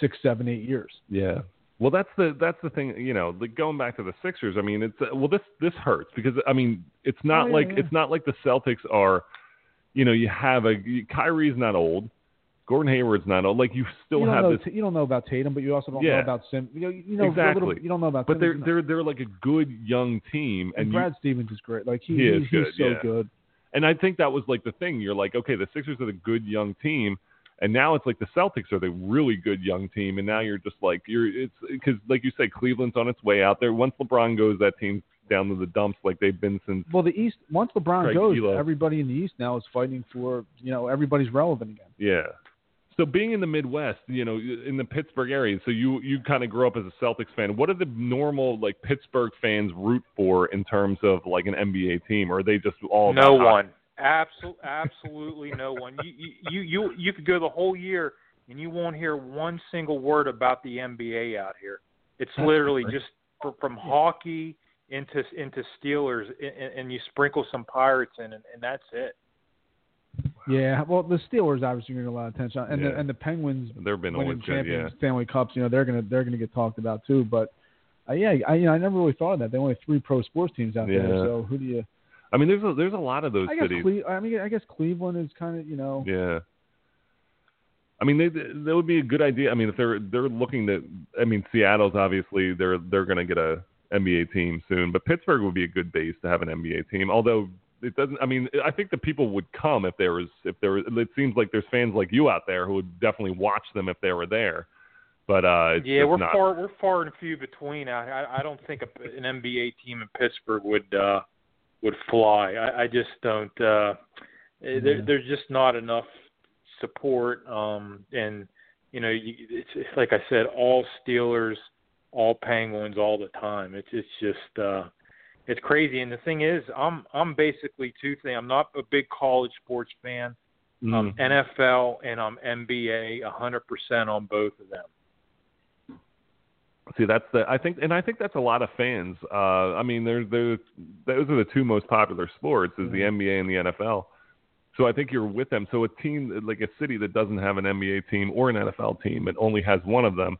S5: six, seven, eight years.
S4: Yeah. Well, that's the that's the thing. You know, like going back to the Sixers. I mean, it's uh, well, this this hurts because I mean, it's not
S5: Oh, yeah,
S4: like
S5: yeah.
S4: it's not like the Celtics are. You know, you have a Kyrie's not old, Gordon Hayward's not old. Like you still
S5: you don't
S4: have
S5: know,
S4: this
S5: you don't know about Tatum, but you also don't know
S4: Yeah.
S5: about Sim. You know, you know a little,
S4: Exactly.
S5: bit- you don't know about.
S4: But
S5: Simmons,
S4: they're
S5: you know.
S4: they're they're like a good young team, and
S5: And
S4: you,
S5: Brad Stevens is great. Like he,
S4: He is
S5: he's
S4: good,
S5: so
S4: yeah.
S5: good.
S4: and I think that was like the thing. You're like, okay, the Sixers are the good young team, and now it's like the Celtics are the really good young team, and now you're just like you're it's because like you said, Cleveland's on its way out there. Once LeBron goes, that team's down to the dumps like they've been since.
S5: Well, the East once LeBron
S4: Craig
S5: goes,
S4: Elo.
S5: everybody in the East now is fighting for you know everybody's relevant again.
S4: Yeah. So being in the Midwest, you know, in the Pittsburgh area, so you you kind of grew up as a Celtics fan. What do the normal like Pittsburgh fans root for in terms of like an NBA team, or are they just all
S6: no
S4: about hockey?
S6: one, absolutely, absolutely no one. You you- you you you could go the whole year and you won't hear one single word about the NBA out here. It's
S5: That's
S6: literally
S5: right.
S6: just fr- from hockey into into Steelers, and- and, and you sprinkle some Pirates in, and, and that's it.
S5: Yeah. Well, the Steelers obviously are going to get a lot of attention, and the
S4: Yeah.
S5: and the Penguins
S4: They've been always
S5: winning
S4: good, yeah.
S5: champions, Stanley Cups. You know they're gonna they're gonna get talked about too. But uh, yeah, I you know, I never really thought of that. There are only three pro sports teams out there.
S4: Yeah.
S5: So who do you?
S4: I mean, there's a, there's a lot of those
S5: I guess
S4: cities.
S5: Cle- I mean I guess Cleveland is kind of you know
S4: Yeah. I mean, they, that would be a good idea. I mean, if they're they're looking to, I mean, Seattle's obviously they're they're going to get a NBA team soon, but Pittsburgh would be a good base to have an NBA team. Although it doesn't, I mean, I think the people would come if there was if there was. It seems like there's fans like you out there who would definitely watch them if they were there. But uh, it's
S6: yeah,
S4: just
S6: we're
S4: not.
S6: far we're far and few between. I I, I don't think a, an NBA team in Pittsburgh would uh, would fly. I, I just don't. Uh, eh, there,
S5: Yeah.
S6: There's just not enough support, um, and you know, you, it's, it's like I said, all Steelers, all Penguins, all the time. It's it's just uh, it's crazy. And the thing is, I'm I'm basically two things. I'm not a big college sports fan.
S4: Mm.
S6: NFL and I'm NBA, 100% on both of them.
S4: See, that's the I think, and I think that's a lot of fans. Uh, I mean, they're, they're, those are the two most popular sports is the NBA and the NFL. So I think you're with them. So a team like a city that doesn't have an NBA team or an NFL team, but only has one of them,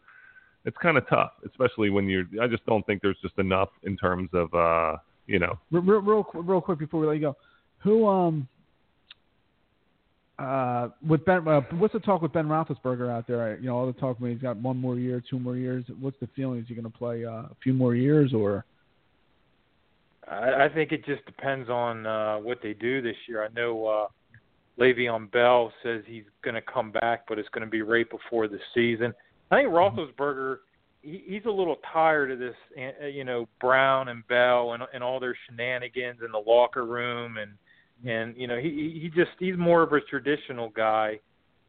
S4: it's kind of tough, especially when you're. I just don't think there's just enough in terms of uh, you know.
S5: Real, real, real, qu- real quick before we let you go, who um uh with Ben, uh, what's the talk with Ben Roethlisberger out there? You know, all the talk. when He's got one more year, two more years. What's the feeling? Is he going to play uh, a few more years or?
S6: I, I think it just depends on uh, what they do this year. I know uh, Le'Veon Bell says he's going to come back, but it's going to be right before the season. I think Roethlisberger, he, he's a little tired of this, eh, you know, Brown and Bell and and all their shenanigans in the locker room, and and you know, he he he just he's more of a traditional guy,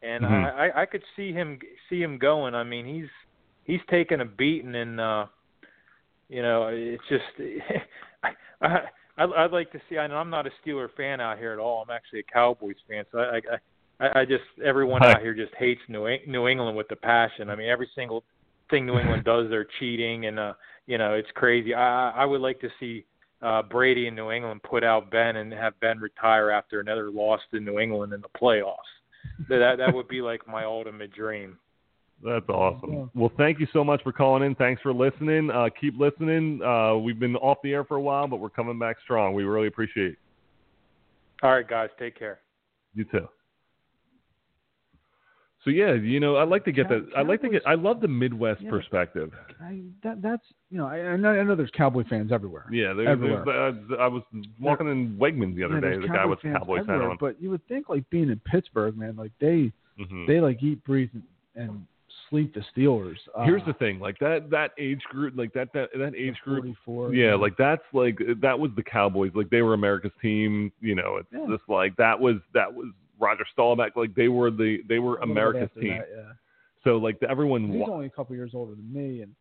S6: and
S4: Mhm.
S6: I, I I could see him see him going. I mean, he's he's taken a beating and. uh you know, it's just <laughs> I, I I'd- I'd like to see. I know I'm not a Steeler fan out here at all. I'm actually a Cowboys fan, so I I- I, I just everyone
S4: Hi.
S6: out here just hates New Eng- New England with the passion. I mean, every single thing New England does, they're cheating, and uh, you know, it's crazy. I I I would like to see uh Brady in New England put out Ben and have Ben retire after another loss to New England in the playoffs. That that would be like my ultimate dream.
S4: That's awesome.
S5: Yeah.
S4: Well, thank you so much for calling in. Thanks for listening. Uh, keep listening. Uh, we've been off the air for a while, but we're coming back strong. We really appreciate it.
S6: All right, guys, take care.
S4: you too. So yeah, you know, I like to get
S5: Cow-
S4: that. I like to get. I love the Midwest
S5: Yeah.
S4: perspective.
S5: I, that, that's you know I, I know I know there's cowboy fans everywhere.
S4: Yeah, there,
S5: Everywhere.
S4: there's, uh, I was walking in Wegmans the other
S5: Yeah,
S4: day.
S5: there's
S4: The guy with the
S5: fans
S4: Cowboys hat
S5: everywhere,
S4: on.
S5: But you would think like being in Pittsburgh, man, like they
S4: Mhm.
S5: they like eat, breathe, and, and sleep the Steelers. Uh,
S4: Here's the thing, like that that age group, like that that that age group.
S5: 44.
S4: Yeah, like that's like that was the Cowboys. Like they were America's team. You know, it's
S5: Yeah.
S4: just like that was that was Roger Staubach. Like they were the they were
S5: a little bit
S4: America's
S5: after
S4: team.
S5: that, yeah.
S4: So like the, everyone.
S5: He's
S4: wa-
S5: only a couple years older than me, and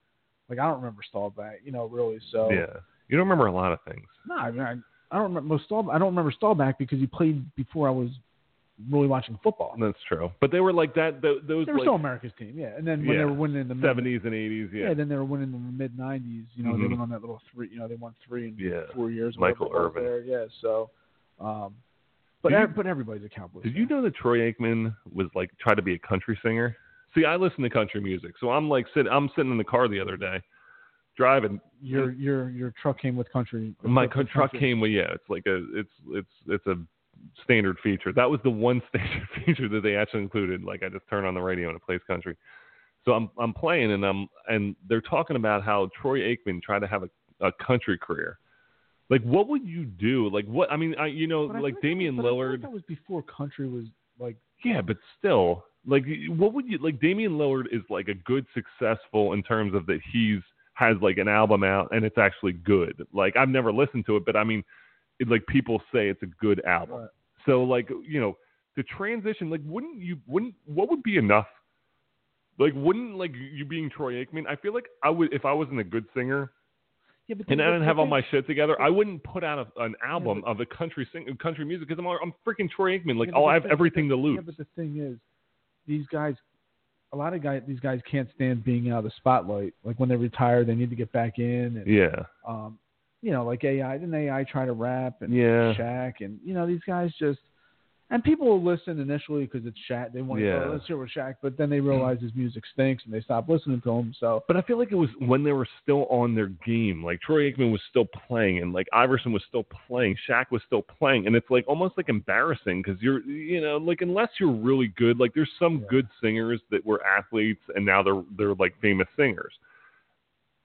S5: like I don't remember Staubach, you know, really. So
S4: yeah, you don't remember a lot of things.
S5: no, I mean I, I don't remember Staubach. I don't remember Staubach because he played before I was really watching football.
S4: That's true. But they were like that. Th- those
S5: They were
S4: like
S5: still America's team, yeah. And then when
S4: Yeah.
S5: they were winning in the mid-
S4: seventies and eighties.
S5: yeah.
S4: Yeah.
S5: then they were winning in the mid '90s. You know, they
S4: Mhm.
S5: went on that little three. You know, they won three in
S4: Yeah.
S5: four years.
S4: Michael
S5: whatever it was
S4: Irvin.
S5: there, yeah. So, um, but
S4: Did you-
S5: ev- but everybody's a Cowboys.
S4: Did you
S5: fan.
S4: know that Troy Aikman was like tried to be a country singer? See, I listen to country music, so I'm like sit. I'm sitting in the car the other day, driving.
S5: your your your truck came with country?
S4: My
S5: with
S4: co- truck came with yeah. It's like a it's it's it's a standard feature. That was the one <laughs> standard feature that they actually included. Like I just turn on the radio and it plays country. So I'm I'm playing and I'm and they're talking about how Troy Aikman tried to have a, a country career. Like what would you do? Like what I mean, I you know,
S5: But I feel
S4: like
S5: that
S4: Damian
S5: was, but I feel like
S4: Lillard.
S5: That was before country was like.
S4: Yeah, but still, like, what would you like? Damian Lillard is like a good successful in terms of that he's has like an album out and it's actually good. Like, I've never listened to it, but I mean, it, like people say it's a good album.
S5: Right.
S4: So, like, you know, the transition, like, wouldn't you? Wouldn't what would be enough? Like, wouldn't like you being Troy Aikman? I feel like I would if I wasn't a good singer
S5: Yeah, but
S4: and
S5: the-
S4: I didn't
S5: the
S4: have all
S5: thing-
S4: my shit together. I wouldn't put out a, an album of a country sing, country music because I'm all- I'm freaking Troy Aikman. Like,
S5: yeah, but
S4: I'll
S5: the
S4: have
S5: thing-
S4: everything to lose.
S5: Yeah, but the thing is, these guys, a lot of guys, these guys can't stand being out of the spotlight. Like when they retire, they need to get back in. And,
S4: Yeah.
S5: um, you know, like AI, didn't AI try to rap and
S4: Yeah.
S5: Shaq and you know these guys just and people will listen initially because it's Shaq. They want
S4: Yeah. Mm-hmm.
S5: to oh, let's hear what Shaq, but then they realize his music stinks and they stop listening to him. So
S4: But I feel like it was when they were still on their game. Like Troy Aikman was still playing, and like Iverson was still playing, Shaq was still playing, and it's like almost like embarrassing because you're, you know, like unless you're really good, like there's some good singers that were athletes and now they're they're like famous singers.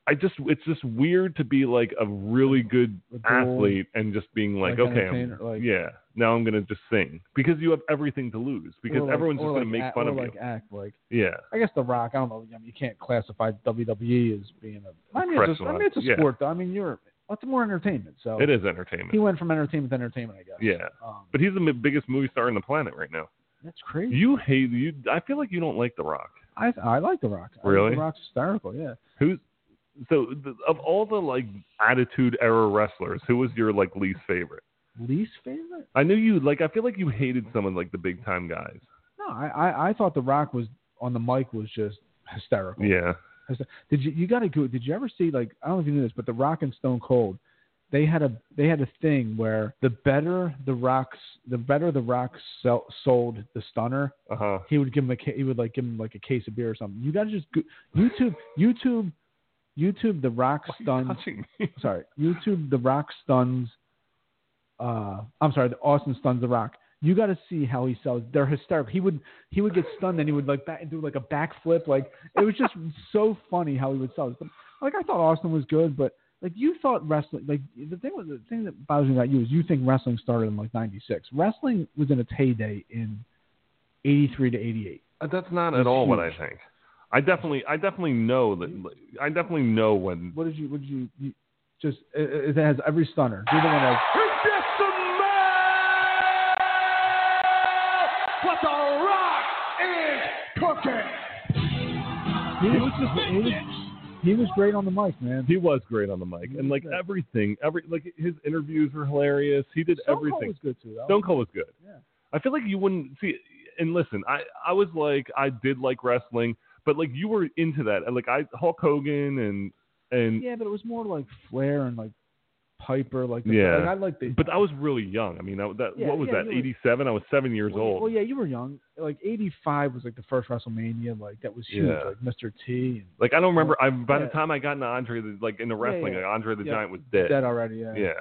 S4: I just it's just weird to be like a really good
S5: A dual-
S4: athlete and just being like,
S5: like,
S4: okay, I'm-
S5: entertainer, like-
S4: yeah, now I'm gonna just sing because you have everything to lose because
S5: or like-
S4: everyone's
S5: or
S4: just
S5: like,
S4: gonna make
S5: act-
S4: fun
S5: or
S4: of
S5: like
S4: you.
S5: act like
S4: Yeah.
S5: I guess The Rock. I don't know. I mean, you can't classify WWE as being a. I mean, it's a, I
S4: Correct.
S5: mean, it's a
S4: Yeah.
S5: sport though. I mean, you're it's more entertainment. So
S4: It is entertainment.
S5: He went from entertainment to entertainment, I guess.
S4: Yeah.
S5: Um,
S4: But he's the m- biggest movie star on the planet right now.
S5: that's crazy.
S4: You hate you. I feel like you don't like The Rock.
S5: I I like The Rock. I think
S4: Really?
S5: The Rock's hysterical. Yeah.
S4: Who's so the, of all the like Attitude Era wrestlers? Who was your like least favorite?
S5: Least favorite?
S4: I knew you like. I feel like you hated someone like the big time guys.
S5: No, I, I I thought The Rock was on the mic was just hysterical.
S4: Yeah.
S5: Hyster- Did you you got to go? Did you ever see like I don't know if you knew this, but The Rock and Stone Cold, they had a they had a thing where the better The Rock's the better The Rock sell, sold the stunner,
S4: Uh huh.
S5: he would give him a ca- he would like give him like a case of beer or something. You got to just go, YouTube YouTube YouTube The Rock stuns.
S4: Touching me.
S5: Sorry, YouTube The Rock stuns. Uh, I'm sorry, the Austin stuns The Rock. You got to see how he sells. They're hysterical. He would he would get stunned and he would like back, do like a backflip. Like it was just so funny how he would sell. It. But like I thought Austin was good, but like you thought wrestling. Like the thing was the thing that bothers me about you is you think wrestling started in like '96. Wrestling was in its heyday in '83 to '88.
S4: Uh, That's not at all what I think. I definitely, I definitely know that. I definitely know when.
S5: What did you? What did you? you just it, it has every stunner. You're the one that's He was just he was, he was great on the mic, man.
S4: He was great on the mic, and like
S5: Yeah.
S4: everything, every like his interviews were hilarious. He did
S5: Stone Cold
S4: everything.
S5: was good too, though.
S4: Stone Cold was good.
S5: Yeah.
S4: I feel like you wouldn't see. And listen, I I was like I did like wrestling, but like you were into that. Like I Hulk Hogan and and
S5: Yeah, but it was more like Flair and like Piper, like the,
S4: Yeah.
S5: Like, I like the.
S4: but I was really young. I mean, I, that
S5: Yeah,
S4: what was
S5: yeah,
S4: that?
S5: you were-
S4: Eighty seven. I was seven years
S5: well,
S4: old.
S5: well, yeah, you were young. Like '85 was like the first WrestleMania, like that was huge,
S4: Yeah.
S5: like Mr. T. And,
S4: Like I don't remember. I by
S5: Yeah.
S4: the time I got into Andre, the, like into wrestling,
S5: yeah.
S4: like, Andre the
S5: Yeah.
S4: Giant was dead.
S5: Dead already. Yeah.
S4: Yeah,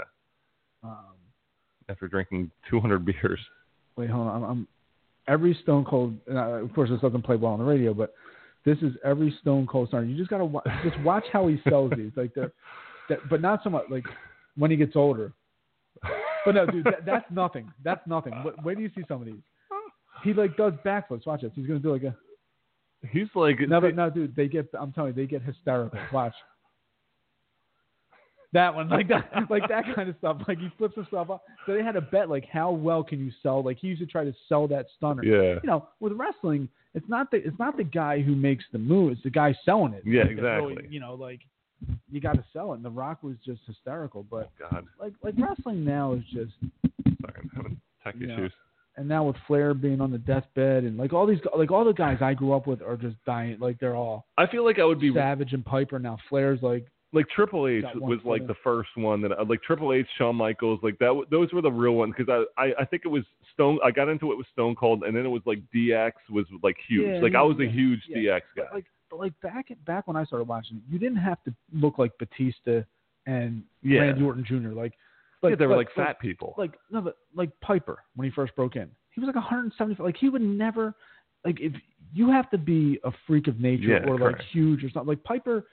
S5: Um,
S4: after drinking two hundred beers. <laughs>
S5: wait, hold on. I'm, I'm every Stone Cold. And uh, of course, this doesn't play well on the radio, but this is every Stone Cold star. You just gotta wa- just watch how he sells these. Like they're, that, but not so much like when he gets older. But no, dude, that, that's nothing. That's nothing. Wh- Where do you see some of these? He like does backflips. Watch this. He's gonna do like a
S4: He's like
S5: no, but no, dude. They get. I'm telling you, they
S4: <laughs>
S5: get hysterical. Watch that one,
S4: <laughs>
S5: like that, like that kind of stuff. Like he flips himself up. So they had a bet, like how well can you sell? Like he used to try to sell that stunner.
S4: yeah.
S5: You know, with wrestling, it's not the it's not the guy who makes the move. It's the guy selling it.
S4: Yeah,
S5: Like, that's really-
S4: exactly.
S5: you know, like you got to sell it. And The Rock was just hysterical, but
S4: God,
S5: like like wrestling now is just
S4: sorry, I'm having tech
S5: Yeah.
S4: issues.
S5: and now with Flair being on the deathbed and like all these like all the guys I grew up with are just dying. Like they're all
S4: I feel like I would be
S5: Savage and Piper now. Flair's like
S4: like Triple H
S5: Got one
S4: was like
S5: foot in.
S4: the first one that I- like Triple H, Shawn Michaels, like that. w- Those were the real ones because I, I I think it was Stone. I got into it with Stone Cold, and then it was like DX was like huge.
S5: Yeah,
S4: like
S5: yeah,
S4: I was
S5: yeah,
S4: a huge
S5: yeah.
S4: DX guy.
S5: But like, but like back back when I started watching it, you didn't have to look like Batista and
S4: Yeah.
S5: Randy Orton Jr. Like,
S4: yeah,
S5: like
S4: they were
S5: but-
S4: like
S5: but-
S4: fat people.
S5: Like no, but like Piper when he first broke in, he was like 175. Like he would never, like if you have to be a freak of nature
S4: Yeah,
S5: or like
S4: correct.
S5: huge or something. Like Piper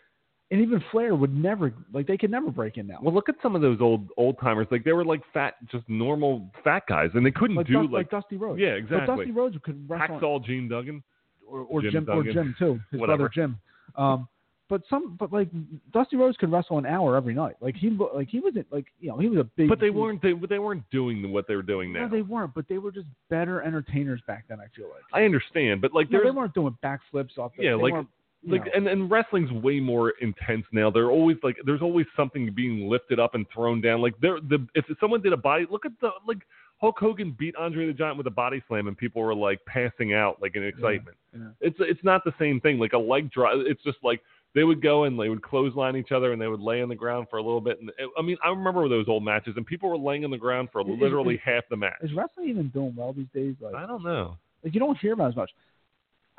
S5: and even Flair would never like they could never break in now.
S4: well, look at some of those old old timers. Like they were like fat, just normal fat guys, and they couldn't
S5: like,
S4: do
S5: Dust-
S4: like,
S5: Dusty Rhodes.
S4: yeah, exactly.
S5: But Dusty Rhodes could wrestle
S4: Hacksaw Gene Duggan.
S5: or, or
S4: Jim
S5: Jim, or
S4: Duggan.
S5: Jim too, his
S4: Whatever.
S5: brother Jim. Um, but some, but like Dusty Rhodes could wrestle an hour every night. Like he, lo- like he wasn't like you know he was a big.
S4: But they weren't they, they weren't doing what they were doing now.
S5: No, they weren't. But they were just better entertainers back then. I feel like.
S4: I understand, but like
S5: No,
S4: there's
S5: they weren't doing backflips off. The,
S4: Yeah,
S5: they
S4: like-
S5: weren't, you
S4: like
S5: know.
S4: and, and wrestling's way more intense now. They're always like there's always something being lifted up and thrown down. Like there the if someone did a body look at the like Hulk Hogan beat Andre the Giant with a body slam and people were like passing out like in excitement.
S5: yeah.
S4: It's it's not the same thing. Like a leg drive it's just like they would go and they would clothesline each other and they would lay on the ground for a little bit and it, I mean I remember those old matches and people were laying on the ground for
S5: It- it-
S4: literally
S5: it-
S4: half the match.
S5: is wrestling even doing well these days? Like,
S4: I don't know.
S5: like you don't hear about it as much.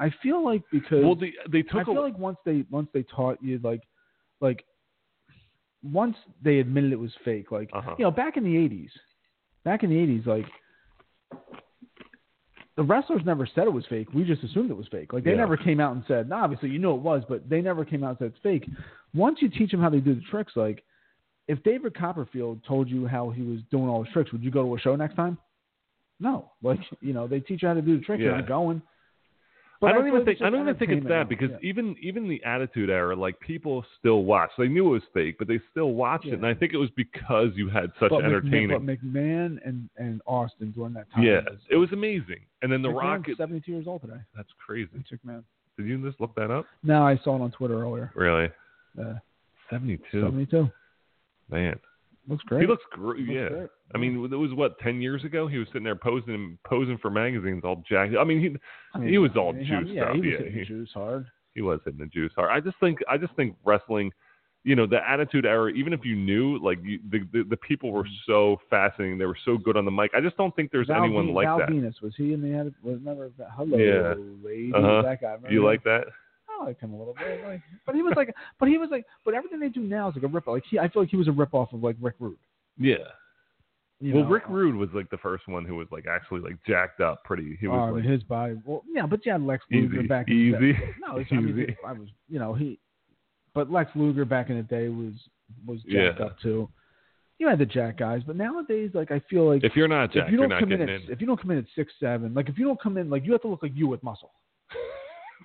S5: I feel like because
S4: Well, the, they took
S5: I feel
S4: a,
S5: like once they once they taught you like like once they admitted it was fake, like
S4: Uh-huh.
S5: you know, back in the eighties. Back in the eighties, like the wrestlers never said it was fake. We just assumed it was fake. Like they
S4: Yeah.
S5: never came out and said, nah, obviously you know it was, but they never came out and said it's fake. Once you teach them how they do the tricks, like if David Copperfield told you how he was doing all his tricks, would you go to a show next time? No. Like, you know, they teach you how to do the tricks.
S4: Yeah.
S5: You're not going.
S4: I
S5: feel
S4: don't even
S5: like
S4: think
S5: it's
S4: I don't
S5: just
S4: even think it's that
S5: entertainment
S4: because
S5: now. Yeah.
S4: even even the Attitude Era, like people still watched. They knew it was fake, but they still watched it,
S5: Yeah.
S4: and I think it was because you had such
S5: but
S4: entertaining.
S5: McMahon, but McMahon and, and Austin during that time.
S4: yeah,
S5: was-
S4: it was amazing. And then the
S5: McMahon's
S4: Rock. it-
S5: 72 years old today.
S4: That's crazy.
S5: Vince McMahon.
S4: Did you just look that up?
S5: No, I saw it on Twitter earlier.
S4: Really?
S5: Uh,
S4: Seventy-two.
S5: 72.
S4: Man,
S5: Looks great.
S4: he looks gr-
S5: Looks
S4: yeah.
S5: great.
S4: I mean, it was what ten years ago. He was sitting there posing, posing for magazines, all jacked. I mean, he
S5: I
S4: he was all
S5: yeah,
S4: juiced
S5: yeah,
S4: up,
S5: He was
S4: yeah,
S5: hitting
S4: he-
S5: the juice hard.
S4: he was hitting the juice hard. I just think I just think wrestling, you know, the attitude era. Even if you knew, like you, the, the the people were so fascinating, they were so good on the mic. I just don't think there's
S5: Mm-hmm. Val
S4: anyone
S5: Ve-
S4: like
S5: Val
S4: that.
S5: Venus, was he in the edit? Was never hello
S4: Yeah.
S5: lady
S4: Uh-huh.
S5: that guy. Remember
S4: You
S5: him?
S4: like that?
S5: I like him a little bit, like, but he was like, but he was like, but everything they do now is like a rip. Like he, I feel like he was a rip off of like Rick Rude.
S4: Yeah.
S5: you
S4: well,
S5: know? uh,
S4: Rick Rude was like the first one who was like actually like jacked up, pretty. He
S5: Oh, I
S4: was
S5: mean,
S4: like
S5: his body. Well, yeah, but you had Lex Luger
S4: easy,
S5: back in the day.
S4: easy,
S5: No, it's, I mean,
S4: easy.
S5: I was, you know, he, but Lex Luger back in the day was was jacked
S4: Yeah.
S5: up too. You had the jack guys, but nowadays, like I feel
S4: <laughs>
S5: like
S4: If you're not
S5: if
S4: jacked,
S5: you
S4: are
S5: don't
S4: not
S5: come in,
S4: getting
S5: at,
S4: in.
S5: if you don't come in at six seven, like if you don't come in, like you have to look like you with muscle, <laughs>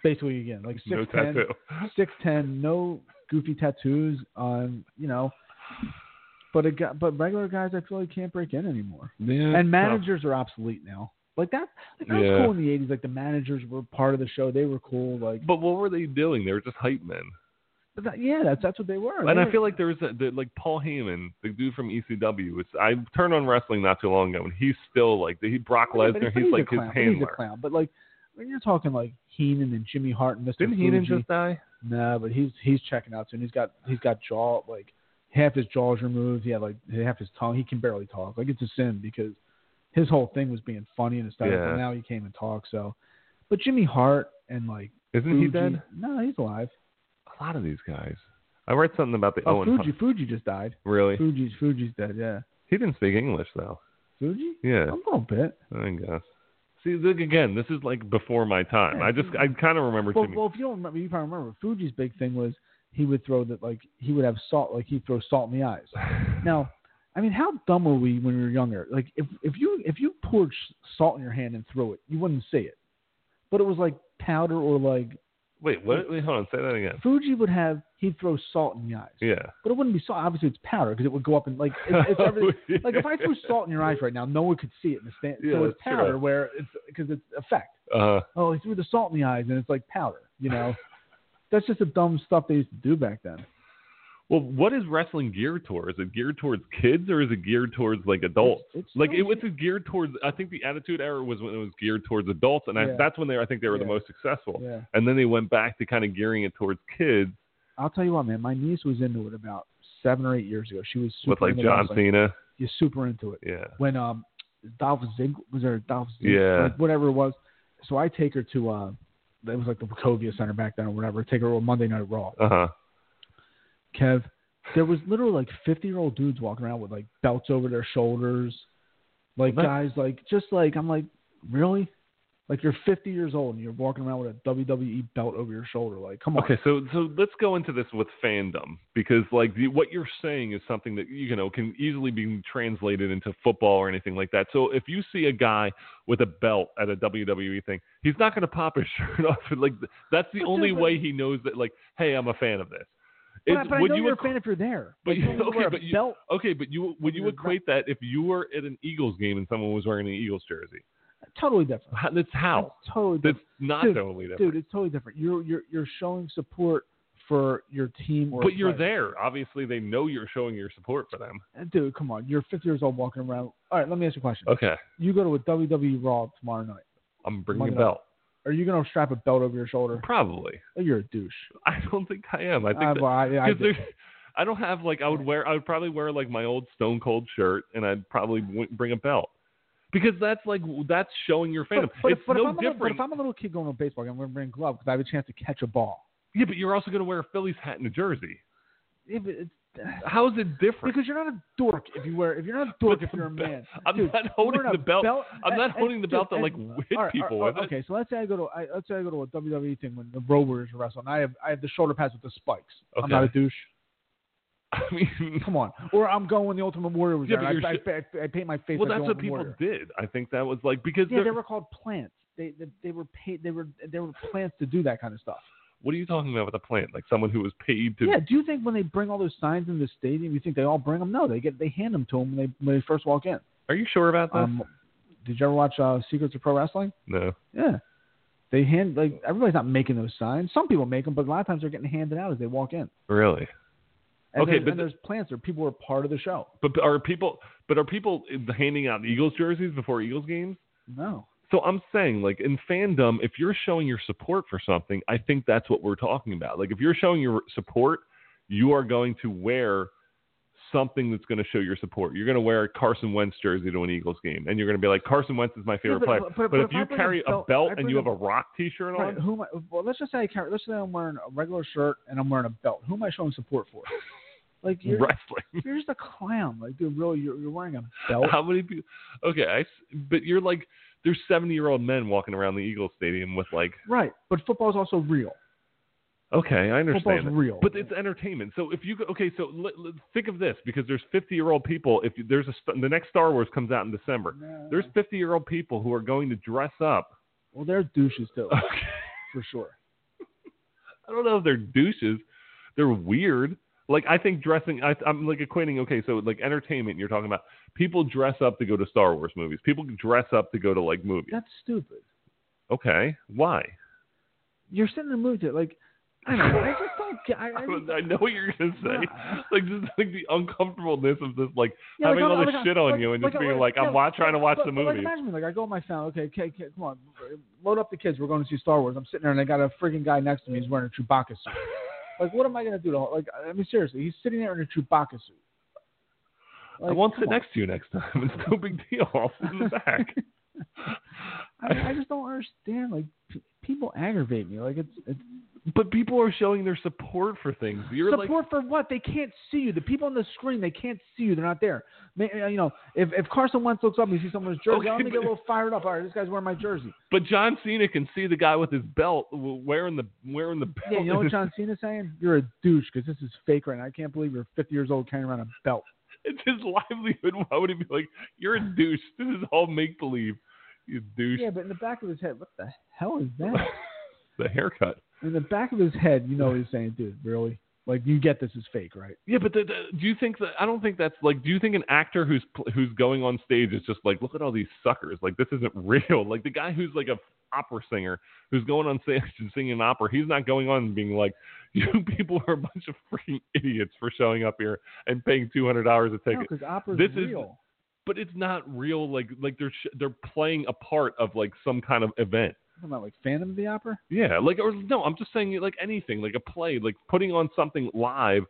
S5: basically again, like six
S4: no
S5: ten,
S4: tattoo. <laughs>
S5: six ten, no goofy tattoos, um, you know. But it got, but regular guys, I feel like can't break in anymore
S4: Yeah.
S5: and managers are obsolete now. Like that, like that
S4: Yeah.
S5: was cool in the '80s. Like the managers were part of the show; they were cool. Like,
S4: But what were they doing? They were just hype men.
S5: but that, yeah, that's that's what they were.
S4: And
S5: They
S4: I
S5: were-
S4: feel like there was a, the, like Paul Heyman, the dude from E ECW. Was, I turned on wrestling not too long ago, and he's still like he Brock
S5: Yeah, but
S4: Lesnar.
S5: but
S4: He's
S5: a
S4: like his
S5: clown, but He's a
S4: handler.
S5: clown, but like when you're talking like Heenan and Jimmy Hart and Mr.
S4: Didn't
S5: Fuji,
S4: Heenan just die?
S5: nah, but he's he's checking out soon. He's got he's got jaw like half his jaw's removed. He had like half his tongue. He can barely talk. Like it's a sin because his whole thing was being funny and stuff.
S4: Yeah.
S5: But now he came and talked. So, but Jimmy Hart and like
S4: Isn't he
S5: Fuji,
S4: dead?
S5: no, he's alive.
S4: A lot of these guys. I read something about the
S5: Oh,
S4: Owen.
S5: Fuji,
S4: Hunt-
S5: Fuji just died.
S4: Really?
S5: Fuji's Fuji's dead, yeah.
S4: He didn't speak English though.
S5: Fuji?
S4: Yeah,
S5: A little bit.
S4: I guess. See, look, again, this is like before my time. I just, I kind of remember
S5: Well,
S4: Jimmy.
S5: well, if you don't remember, you probably remember Fuji's big thing was he would throw that like he would have salt, like he'd throw salt in the
S4: <sighs>
S5: eyes. Now, I mean, how dumb were we when we were younger? Like if if you if you poured s- salt in your hand and threw it, you wouldn't see it, but it was like powder or like
S4: wait, what? Wait, hold on, say that again.
S5: Fuji would have he'd throw salt in the eyes,
S4: Yeah.
S5: but it wouldn't be salt. Obviously, it's powder because it would go up and like it's,
S4: <laughs>
S5: it's every, like if I threw salt in your eyes right now, no one could see it in the stand.
S4: Yeah,
S5: so it's
S4: that's true.
S5: powder where it's because it's effect
S4: Uh,
S5: oh, he threw the salt in the eyes and it's like powder,
S4: <laughs>
S5: you know? That's just the dumb stuff they used to do back then.
S4: well, what is wrestling geared towards? Is it geared towards kids or is it geared towards like adults?
S5: It's- it's
S4: like
S5: so
S4: it was geared towards. I think the Attitude Era was when it was geared towards adults, and
S5: Yeah.
S4: I, that's when they. I think they were the
S5: Yeah.
S4: most successful.
S5: Yeah.
S4: And then they went back to kind of gearing it towards kids
S5: I'll tell you what, man, my niece was into it about seven or eight years ago. She was super
S4: with like
S5: into
S4: John
S5: wrestling.
S4: Cena.
S5: You're super into it.
S4: Yeah.
S5: When um Dolph Zig was there Dolph Zig
S4: Yeah.
S5: like, whatever it was. So I take her to uh it was like the Wachovia Center back then or whatever, take her to a Monday night raw.
S4: Uh huh.
S5: Kev, there was literally like fifty year old dudes walking around with like belts over their shoulders, like
S4: Well, that-
S5: guys like just like I'm like really, like you're fifty years old and you're walking around with a WWE belt over your shoulder. Like come on,
S4: Okay, so so let's go into this with fandom because like the, what you're saying is something that you know can easily be translated into football or anything like that. So if you see a guy with a belt at a WWE thing, he's not going to pop his <laughs> shirt off. Like that's the
S5: But
S4: only
S5: dude, but-
S4: way he knows that like, hey, I'm a fan of this.
S5: but, I,
S4: It's-
S5: but I
S4: would
S5: know
S4: you
S5: you're a
S4: equ-
S5: fan if you're there.
S4: but
S5: Like,
S4: you-
S5: you don't
S4: okay,
S5: wear a
S4: but you-
S5: belt.
S4: Okay, but you would you
S5: you're a
S4: equate that if you were at an Eagles game and someone was wearing an Eagles jersey?
S5: totally different.
S4: How- That's how.
S5: It's totally
S4: That's
S5: different,
S4: not
S5: Dude,
S4: totally different.
S5: dude. It's totally different. You're you're you're showing support for your team or.
S4: but you're
S5: player.
S4: there. Obviously, they know you're showing your support for them.
S5: dude. Come on, you're fifty years old walking around. All right, let me ask you a question.
S4: Okay,
S5: You go to a WWE Raw tomorrow night.
S4: I'm bringing a
S5: Monday night.
S4: belt.
S5: Are you gonna strap a belt over your shoulder?
S4: Probably.
S5: Oh, You're a douche.
S4: I don't think I am. I think
S5: I,
S4: that-
S5: well, I, I
S4: 'cause
S5: did.
S4: there's- I don't have like I would wear. I would probably wear like my old Stone Cold shirt, and I'd probably w- bring a belt because that's like that's showing your fandom.
S5: But, but,
S4: it's
S5: if- but
S4: no
S5: if I'm A little,
S4: different.
S5: but if I'm a little kid going to a baseball game, I'm going to bring gloves because I have a chance to catch a ball.
S4: yeah, but you're also going to wear a Phillies hat and a jersey. <laughs>
S5: If it, it's,
S4: How is it different?
S5: because you're not a dork if you wear if you're
S4: <laughs>
S5: not a dork
S4: But
S5: if you're a
S4: the be-
S5: man.
S4: I'm
S5: Dude,
S4: not holding
S5: wearing a
S4: the belt.
S5: belt-
S4: I'm not
S5: and-
S4: holding the
S5: dude,
S4: belt that
S5: and-
S4: like hit
S5: All right,
S4: people
S5: all right,
S4: with it.
S5: okay, so let's say I go to I, let's say I go to a WWE thing when the Road Warriors are wrestling. I have I have the shoulder pads with the spikes. I'm
S4: Okay.
S5: not a douche.
S4: <laughs> I mean,
S5: Come on. Or I'm going when the Ultimate Warrior was
S4: Yeah,
S5: there.
S4: but
S5: I,
S4: you're
S5: I, I, I paint my face.
S4: well, that's what
S5: like the Ultimate
S4: people
S5: Warrior.
S4: did. I think that was like because
S5: Yeah, they
S4: they're-
S5: were called plants. They they, they were paid. They were they were plants to do that kind of stuff.
S4: what are you talking about with a plant? Like someone who was paid to
S5: Yeah. Do you think when they bring all those signs in the stadium, you think they all bring them? No, they get they hand them to them when they when they first walk in.
S4: Are you sure about that?
S5: Um, did you ever watch uh, Secrets of Pro Wrestling?
S4: no.
S5: Yeah. They hand like everybody's not making those signs. Some people make them, but a lot of times they're getting handed out as they walk in.
S4: Really?
S5: And
S4: Okay,
S5: there's,
S4: but
S5: and
S4: the-
S5: there's plants there. People are part of the show.
S4: But are people but are people handing out Eagles jerseys before Eagles games?
S5: No.
S4: So I'm saying like in fandom if you're showing your support for something, I think that's what we're talking about. Like if you're showing your support, you are going to wear something that's going to show your support. You're going to wear a Carson Wentz jersey to an Eagles game and you're going to be like Carson Wentz is my favorite
S5: but-
S4: player.
S5: but- but- but
S4: if
S5: if I
S4: you
S5: bring a
S4: carry a
S5: belt-
S4: belt,
S5: I
S4: and
S5: bring
S4: you
S5: a-
S4: have a rock t-shirt
S5: Right.
S4: on,
S5: Who am I, well, let's just say I carry. Let's say I'm wearing a regular shirt and I'm wearing a belt. Who am I showing support
S4: <laughs>
S5: for? Like you're,
S4: wrestling.
S5: you're just a clown. Like dude, really, you're, you're wearing a belt.
S4: How many people Okay, I s- but you're like there's 70-year-old men walking around the Eagles stadium with like
S5: Right, but football's also real.
S4: Okay, I understand.
S5: Football's
S4: that.
S5: real.
S4: But it's entertainment. So if you go, okay, so l- l- think of this because there's 50 year old people. If you, there's a st- the next Star Wars comes out in December, there's 50 year old people who are going to dress up.
S5: well, they're douches too,
S4: <laughs> Okay.
S5: for sure.
S4: I don't know if they're douches. They're weird. Like I think dressing, I, I'm like equating. Okay, so like entertainment, you're talking about people dress up to go to Star Wars movies. People dress up to go to like movies.
S5: That's stupid.
S4: Okay, why? <laughs>
S5: You're sitting in the movie, to, like I don't know. I just don't get. I, I,
S4: <laughs> I,
S5: just-
S4: know what you're gonna say.
S5: Yeah.
S4: Like just like the uncomfortableness of this, like
S5: Yeah, like, oh,
S4: having all
S5: I'm-
S4: this
S5: like,
S4: shit
S5: I'm-
S4: on
S5: like-
S4: you and just
S5: like,
S4: being
S5: like,
S4: like, I'm
S5: yeah,
S4: wa- trying to watch
S5: but-
S4: the
S5: but,
S4: movie.
S5: Like, imagine me, like I go on my phone. Okay, okay, okay, come on, load up the kids. We're going to see Star Wars. I'm sitting there and I got a freaking guy next to me. He's wearing a Chewbacca
S4: <laughs>
S5: suit. Like, what am I gonna do? To, like, I mean, seriously, he's sitting there in a Chewbacca suit.
S4: I
S5: Like,
S4: won't
S5: come
S4: sit <laughs>
S5: on. <laughs>
S4: next to you next time. It's no big deal. I'll sit in the back.
S5: I, mean, I just don't understand. Like p- people aggravate me. Like it's, it's
S4: But people are showing their support for things. You're like,
S5: support for what? They can't see you. The people on the screen, they can't see you. They're not there. May, uh, you know, if if Carson Wentz looks up and he sees someone's jersey,
S4: Okay,
S5: I'm gonna get a
S4: but-
S5: little fired up. All right, this guy's wearing
S4: <laughs>
S5: my jersey.
S4: but John Cena can see the guy with his belt w- wearing the wearing the belt.
S5: Yeah, you know what John Cena's saying? You're a douche because this is fake right now. I can't believe you're 50 years old carrying around a belt.
S4: <laughs> it's his livelihood. Why would he be like, you're a douche? This is all make believe. You douche.
S5: Yeah, but in the back of his head, what the hell is
S4: <laughs>
S5: that?
S4: the haircut.
S5: in the back of his head, you know he's saying, dude, really? Like you get this is fake, right?
S4: Yeah, but the, the, do you think that? I don't think that's like. Do you think an actor who's pl- who's going on stage is just like, look at all these suckers? Like this isn't <laughs> real. Like the guy who's like a opera singer who's going on stage <laughs> and singing an opera, he's not going on and being like, <laughs> you people are a bunch of freaking idiots for showing up here and paying two hundred dollars a ticket.
S5: because opera's
S4: This is-
S5: real.
S4: But it's not real. Like like they're sh- they're playing a part of like some kind of event.
S5: I'm not like Phantom of the Opera.
S4: Yeah, like or no, I'm just saying like anything, like a play, like putting on something live.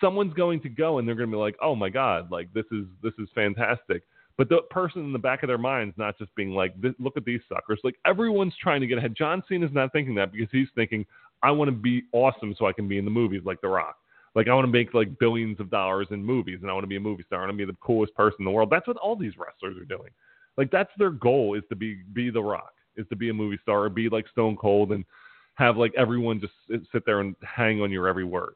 S4: Someone's going to go and they're going to be like, "Oh my god, like this is this is fantastic." But the person in the back of their mind's not just being like, "Th- "Look at these suckers!" Like everyone's trying to get ahead. John Cena's not thinking that because he's thinking, "I want to be awesome so I can be in the movies like The Rock." Like I want to make like billions of dollars in movies, and I want to be a movie star. I want to be the coolest person in the world. That's what all these wrestlers are doing. Like that's their goal is to be be the Rock, is to be a movie star, or be like Stone Cold, and have like everyone just sit- sit there and hang on your every word.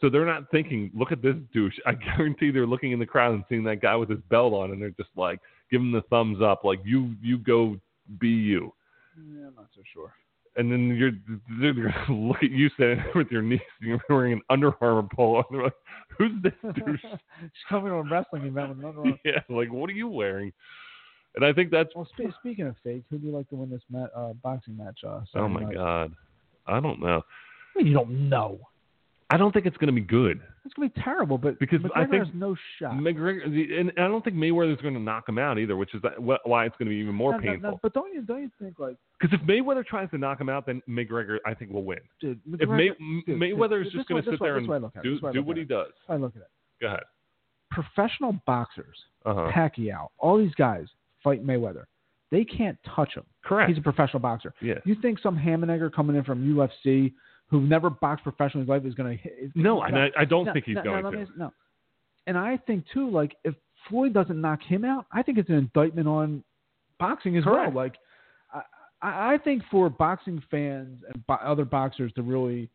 S4: So they're not thinking, look at this douche. <laughs> I guarantee they're looking in the crowd and seeing that guy with his belt on, and they're just like, give him the thumbs up, like you you go be you.
S5: Yeah, I'm not so sure.
S4: And then you're they're gonna <laughs> look at you standing there with your niece, and you're wearing an Under Armour polo, and they're like, who's
S5: <laughs>
S4: this douche? <laughs>
S5: She's coming to a wrestling event with another one.
S4: yeah, like what are you wearing? And I think that's
S5: Well, spe- speaking of fake, who do you like to win this mat- uh, boxing match? Uh,
S4: oh
S5: Saturday
S4: my
S5: night?
S4: god, I don't know.
S5: I mean, you don't know.
S4: I don't think it's going to be good.
S5: It's gonna be terrible, but
S4: Because
S5: McGregor
S4: I think-
S5: has no shot.
S4: McGregor, the- and I don't think Mayweather's going to knock him out either, which is that- wh- why it's going to be even more
S5: No, no, no,
S4: painful.
S5: but don't you don't you think like
S4: Because if Mayweather tries to knock him out, then Mayweather, I think, will win.
S5: dude?
S4: If
S5: McGregor,
S4: May,
S5: dude,
S4: Mayweather is
S5: dude, this
S4: just going
S5: way-
S4: to
S5: this
S4: sit
S5: way-
S4: there
S5: this way I
S4: and
S5: look at it,
S4: do,
S5: this way I
S4: do
S5: look
S4: what
S5: at
S4: he
S5: it.
S4: does,
S5: I look at it.
S4: go ahead.
S5: Professional boxers,
S4: Uh-huh.
S5: Pacquiao, all these guys fight Mayweather. They can't touch him.
S4: Correct.
S5: He's a professional boxer.
S4: yeah.
S5: You think some ham and egger coming in from UFC who never boxed professionally in his life is going to hit? is-
S4: No, and I, I don't think he's
S5: no,
S4: going
S5: no,
S4: to.
S5: let me- no. And I think too, like if Floyd doesn't knock him out, I think it's an indictment on boxing as
S4: Correct.
S5: well. Like, I, I I think for boxing fans and bo- other boxers to really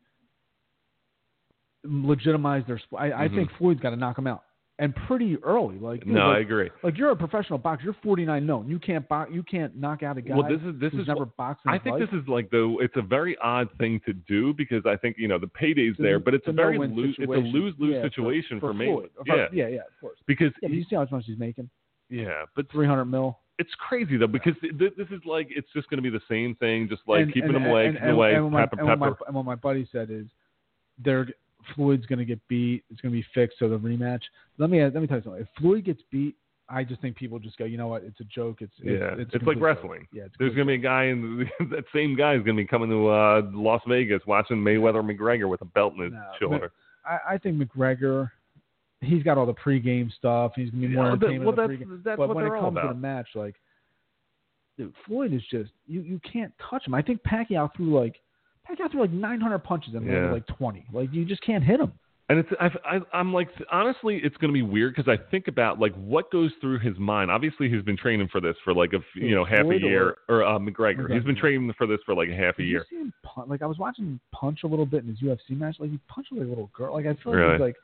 S5: legitimize their sport, I, I
S4: Mhm.
S5: think Floyd's got to knock him out and pretty early. Like, dude,
S4: no, I
S5: like,
S4: agree.
S5: like, you're a professional boxer. You're 49 known. You can't bo- You can't knock out a guy.
S4: Well, this is this
S5: who's
S4: is
S5: never boxed. In
S4: I
S5: his
S4: think
S5: life.
S4: this is like the it's a very odd thing to do because I think you know the payday's
S5: It's a-
S4: there, but it's
S5: it's a
S4: a very
S5: no-win
S4: lose it's a
S5: situation.
S4: lose lose
S5: Yeah, for-
S4: situation for, me.
S5: Floyd.
S4: Yeah,
S5: yeah, yeah, of course.
S4: because
S5: Yeah, but you see how much he's making?
S4: yeah, but
S5: 300 mil.
S4: it's crazy though because th- th- this is like it's just going to be the same thing, just like
S5: and,
S4: keeping
S5: and,
S4: them away,
S5: and,
S4: keeping
S5: and,
S4: away,
S5: and what my,
S4: pepper,
S5: and what my-
S4: pepper.
S5: and what my buddy said is, they're Floyd's going to get beat. It's going to be fixed. So the rematch. Let me let me tell you something. If Floyd gets beat, I just think people just go, you know what? It's a joke. It's it's,
S4: Yeah, it's
S5: it's,
S4: like
S5: complete joke."
S4: wrestling.
S5: Yeah, it's
S4: There's
S5: complete
S4: going to be a guy in <laughs> that same guy is going to be coming to uh, Las Vegas watching Mayweather McGregor with a belt in his
S5: No,
S4: shoulder.
S5: joke. I, I think McGregor, he's got all the pregame stuff. He's going to be more
S4: Yeah, but-
S5: entertainment.
S4: well,
S5: in the
S4: that's
S5: pregame.
S4: that's
S5: but
S4: what
S5: when
S4: they're
S5: it
S4: all
S5: comes to
S4: about.
S5: the match, like, dude, Floyd is just you you can't touch him. I think Pacquiao threw like Pacquiao threw like 900 punches and landed
S4: Yeah.
S5: like 20. Like you just can't hit him.
S4: And it's I've, I, I'm like honestly, it's going to be weird because I think about like what goes through his mind. Obviously, he's been training for this for like a f- you
S5: Who,
S4: know half
S5: Floyd
S4: a year or, uh, McGregor. He's been
S5: McGregor.
S4: training for this for like half a
S5: Did
S4: year.
S5: You see him punch, like I was watching him punch a little bit in his UFC match. Like he punched like a little girl. Like I feel like
S4: Really?
S5: he's like. I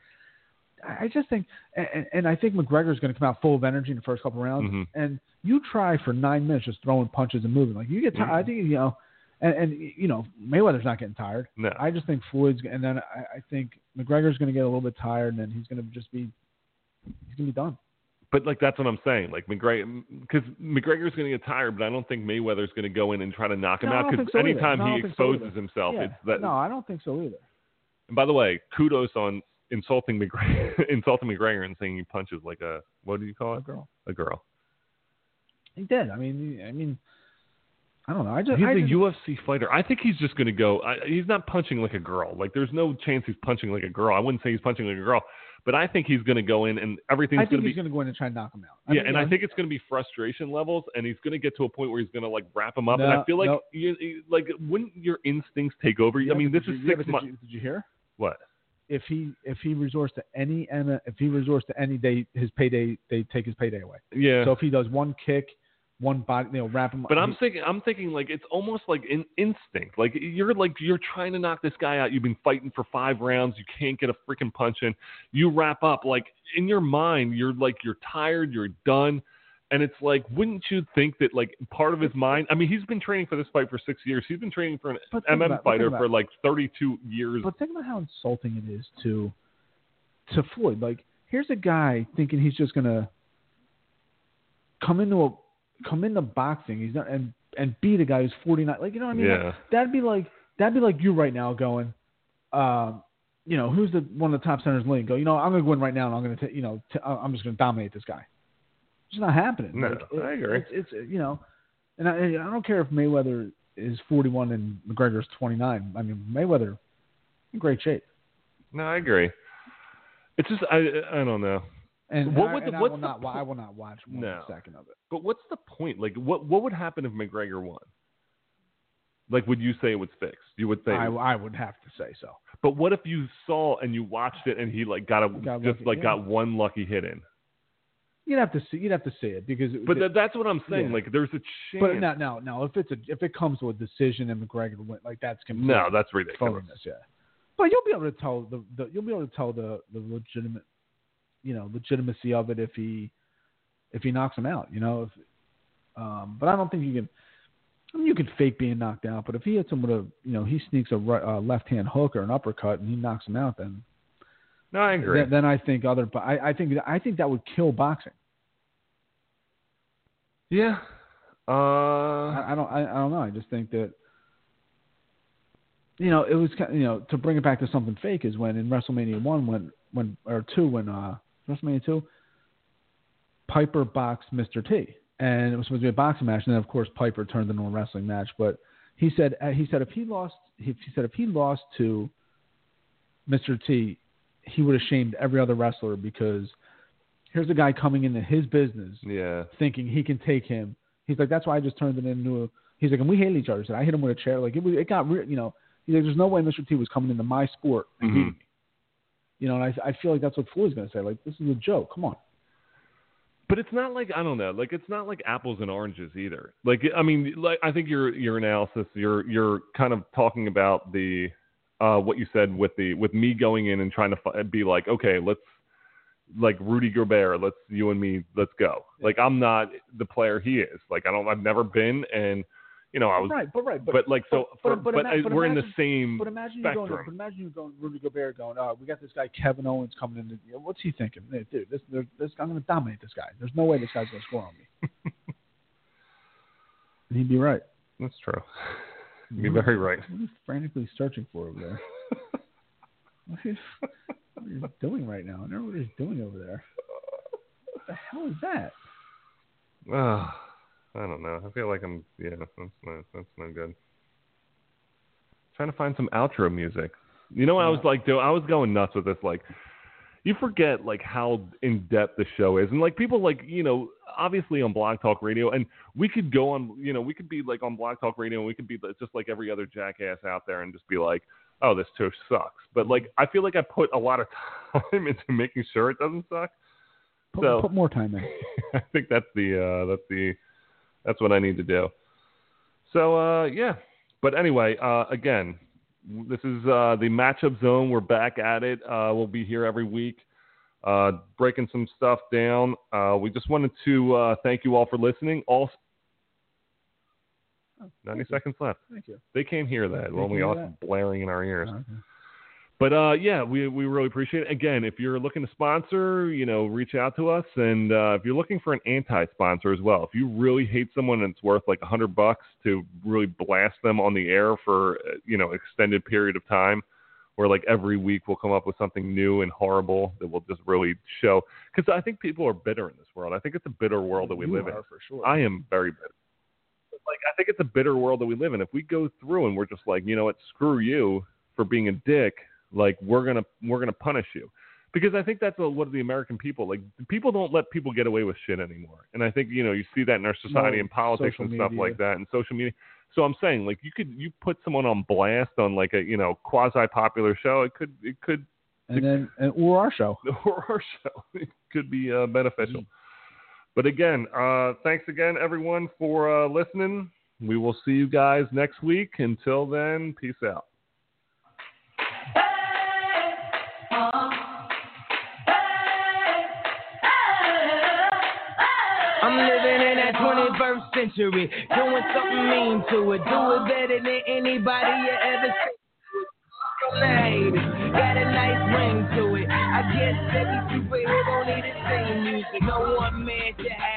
S5: I just think, and, and I think McGregor's going to come out full of energy in the first couple rounds.
S4: Mhm.
S5: And you try for nine minutes just throwing punches and moving. Like you get tired. I
S4: Mm-hmm.
S5: think you know, and, and you know Mayweather's not getting tired.
S4: No,
S5: I just think Floyd's, and then I, I think McGregor's going to get a little bit tired, and then he's going to just be, he's going to be done.
S4: But like that's what I'm saying. Like McGregor, because McGregor's going to get tired, but I don't think Mayweather's going to go in and try to knock him
S5: No, I
S4: out.
S5: don't
S4: Because
S5: think so either.
S4: anytime
S5: No, I don't
S4: he
S5: think so
S4: exposes
S5: either.
S4: himself,
S5: yeah.
S4: it's that.
S5: no, I don't think so either.
S4: And by the way, kudos on insulting McGregor, <laughs> insulting McGregor and saying he punches like a what do you call
S5: A
S4: it?
S5: girl,
S4: A girl.
S5: he did. I mean, he- I mean, I don't know. I just,
S4: He's
S5: I
S4: a
S5: just,
S4: UFC fighter. I think he's just going to go. I, he's not punching like a girl. Like there's no chance he's punching like a girl. I wouldn't say he's punching like a girl. But I think he's going to go in and everything's
S5: I think
S4: going to
S5: he's
S4: be.
S5: going to go in and try and knock him out.
S4: yeah,
S5: mean,
S4: and
S5: you
S4: I
S5: know,
S4: think it's going to be frustration levels, and he's going to get to a point where he's going to like wrap him up. and
S5: No,
S4: I feel like,
S5: no.
S4: you, you- like, wouldn't your instincts take over?
S5: yeah,
S4: I mean,
S5: but
S4: this
S5: did
S4: is
S5: you- yeah,
S4: six
S5: but
S4: months.
S5: Did you, did you hear?
S4: What?
S5: If he if he resorts to any M- if he resorts to any day his payday they take his payday away.
S4: Yeah.
S5: So if he does one kick, one body, you know, wrap him.
S4: But
S5: up,
S4: I'm thinking, I'm thinking like it's almost like an instinct. Like you're like you're trying to knock this guy out. You've been fighting for five rounds. You can't get a freaking punch in. You wrap up like in your mind. You're like you're tired. You're done. And it's like, wouldn't you think that like part of his mind? I mean, he's been training for this fight for six years. He's been training for an
S5: But
S4: MM
S5: think about it, think
S4: fighter
S5: about
S4: for
S5: it.
S4: like 32 years.
S5: But think about how insulting it is to to Floyd. Like here's a guy thinking he's just gonna come into a come into boxing. He's not and and beat a guy who's 49. Like you know what I mean?
S4: Yeah.
S5: That'd be like that'd be like you right now going, um, you know, who's the one of the top centers in the league? Go, you know, I'm gonna go in right now and I'm gonna, t- you know, t- I'm just gonna dominate this guy. It's not happening.
S4: No,
S5: Like, it-
S4: I agree.
S5: It's, it's you know, and I, I don't care if Mayweather is 41 and McGregor's 29. I mean, Mayweather, in great shape.
S4: no, I agree. It's just I I don't know.
S5: And
S4: What
S5: I,
S4: would the-
S5: and I
S4: what's
S5: will
S4: the
S5: not. wa-
S4: po-
S5: I will not watch one
S4: No.
S5: second of it.
S4: But what's the point? Like, what what would happen if McGregor won? Like, would you say it was fixed? You would say.
S5: I, I would have to say so.
S4: but what if you saw and you watched it and he like got a
S5: Got
S4: just
S5: lucky,
S4: like
S5: yeah.
S4: got one lucky hit in?
S5: You'd have to see. You'd have to see it because. It,
S4: But that, that's what I'm saying.
S5: Yeah.
S4: Like, there's a chance.
S5: but no, no, no. If it's a, if it comes to a decision and McGregor win, like that's complete
S4: no, that's ridiculous.
S5: phoniness. Yeah. But you'll be able to tell the, the you'll be able to tell the, the legitimate, you know, legitimacy of it if he if he knocks him out. You know, if, um, but I don't think you can. I mean, you could fake being knocked out, but if he hits him with a, you know, he sneaks a right, uh, left hand hook or an uppercut and he knocks him out, then
S4: No, I agree.
S5: then, then I think other, but I, I think I think that would kill boxing.
S4: yeah. Uh,
S5: I, I don't I, I don't know. I just think that you know it was kind you know to bring it back to something fake is when in WrestleMania one when when or two when uh WrestleMania two Piper boxed Mr T and it was supposed to be a boxing match and then of course Piper turned it into a wrestling match but he said uh, he said if he lost he, he said if he lost to Mr T he would have shamed every other wrestler because here's a guy coming into his business
S4: yeah.
S5: thinking he can take him. He's like, that's why I just turned it into a. He's like, and we hate each other. He said, I hit him with a chair. Like it, was, it got real. You know, he's like, there's no way Mr. T was coming into my sport and
S4: Mhm.
S5: beating me. You know, and I, I feel like that's what Floyd's gonna say. Like this is a joke. Come on.
S4: But it's not like I don't know. Like it's not like apples and oranges either. Like I mean, like I think your your analysis, you're you're kind of talking about the uh, what you said with the with me going in and trying to fi- be like, okay, let's like Rudy Gobert, let's you and me, let's go. Like I'm not the player he is. Like I don't, I've never been, and you know I was.
S5: right, but right,
S4: But, like so,
S5: but-
S4: for,
S5: but
S4: but
S5: ima-
S4: I-
S5: but
S4: we're in
S5: imagine-
S4: the same.
S5: But imagine you going.
S4: spectrum.
S5: But imagine you going Rudy Gobert going. Oh, we got this guy Kevin Owens coming in. You know, What's he thinking, Hey, dude? This, there- this I'm going to dominate this guy. There's no way this guy's going to score on me.
S4: <laughs>
S5: and he'd be right.
S4: That's true. You're very right.
S5: What are you frantically searching for over there? what, are you, what
S4: <laughs>
S5: are you doing right now? I don't know what he's doing over there. What the hell is that?
S4: Uh, I don't know. I feel like I'm. Yeah, that's not. That's not good. Trying to find some outro music. You know, what I was like, doing? I was going nuts with this. Like, you forget like how in depth the show is, and like people like you know, obviously on Blog Talk Radio, and we could go on. You know, we could be like on Blog Talk Radio, and we could be like- just like every other jackass out there, and just be like, oh, this show sucks. But like, I feel like I put a lot of <laughs> time into making sure it doesn't suck.
S5: Put,
S4: So-
S5: put more time in.
S4: <laughs> I think that's the uh, that's the that's what I need to do. So uh, yeah, but anyway, uh, again, this is uh, the matchup zone. We're back at it. Uh, we'll be here every week, uh, breaking some stuff down. Uh, we just wanted to uh, thank you all for listening. All ninety seconds left.
S5: Oh, Thank you.
S4: They can't hear that.
S5: They
S4: We're only
S5: can hear
S4: awesome blaring in our ears.
S5: Okay.
S4: But uh, yeah, we, we really appreciate it. Again, if you're looking to sponsor, you know, reach out to us. And uh, if you're looking for an anti-sponsor as well, if you really hate someone and it's worth like a hundred bucks to really blast them on the air for uh, you know extended period of time, where like every week we'll come up with something new and horrible that will just really show. Because I think people are bitter in this world. I think it's a bitter world that we
S5: You
S4: live in.
S5: are for sure.
S4: I am very bitter. But, Like I think it's a bitter world that we live in. If we go through and we're just like, you know what, screw you for being a dick, like we're gonna we're gonna punish you. because I think that's a, what the American people like. People don't let people get away with shit anymore, and I think you know you see that in our society
S5: No,
S4: and politics
S5: social
S4: and stuff
S5: media.
S4: like that, and social media. So I'm saying like you could you put someone on blast on like a you know quasi popular show, it could it could
S5: and then and, or our
S4: <laughs>
S5: show.
S4: or our show it could be uh, beneficial. But again, uh, thanks again everyone for uh, listening. We will see you guys next week. Until then, peace out.
S7: I'm living in that 21st century, doing something mean to it, do it better than anybody you ever seen. Made. Got a nice ring to it. I guess every superhero needed same music. No one man should have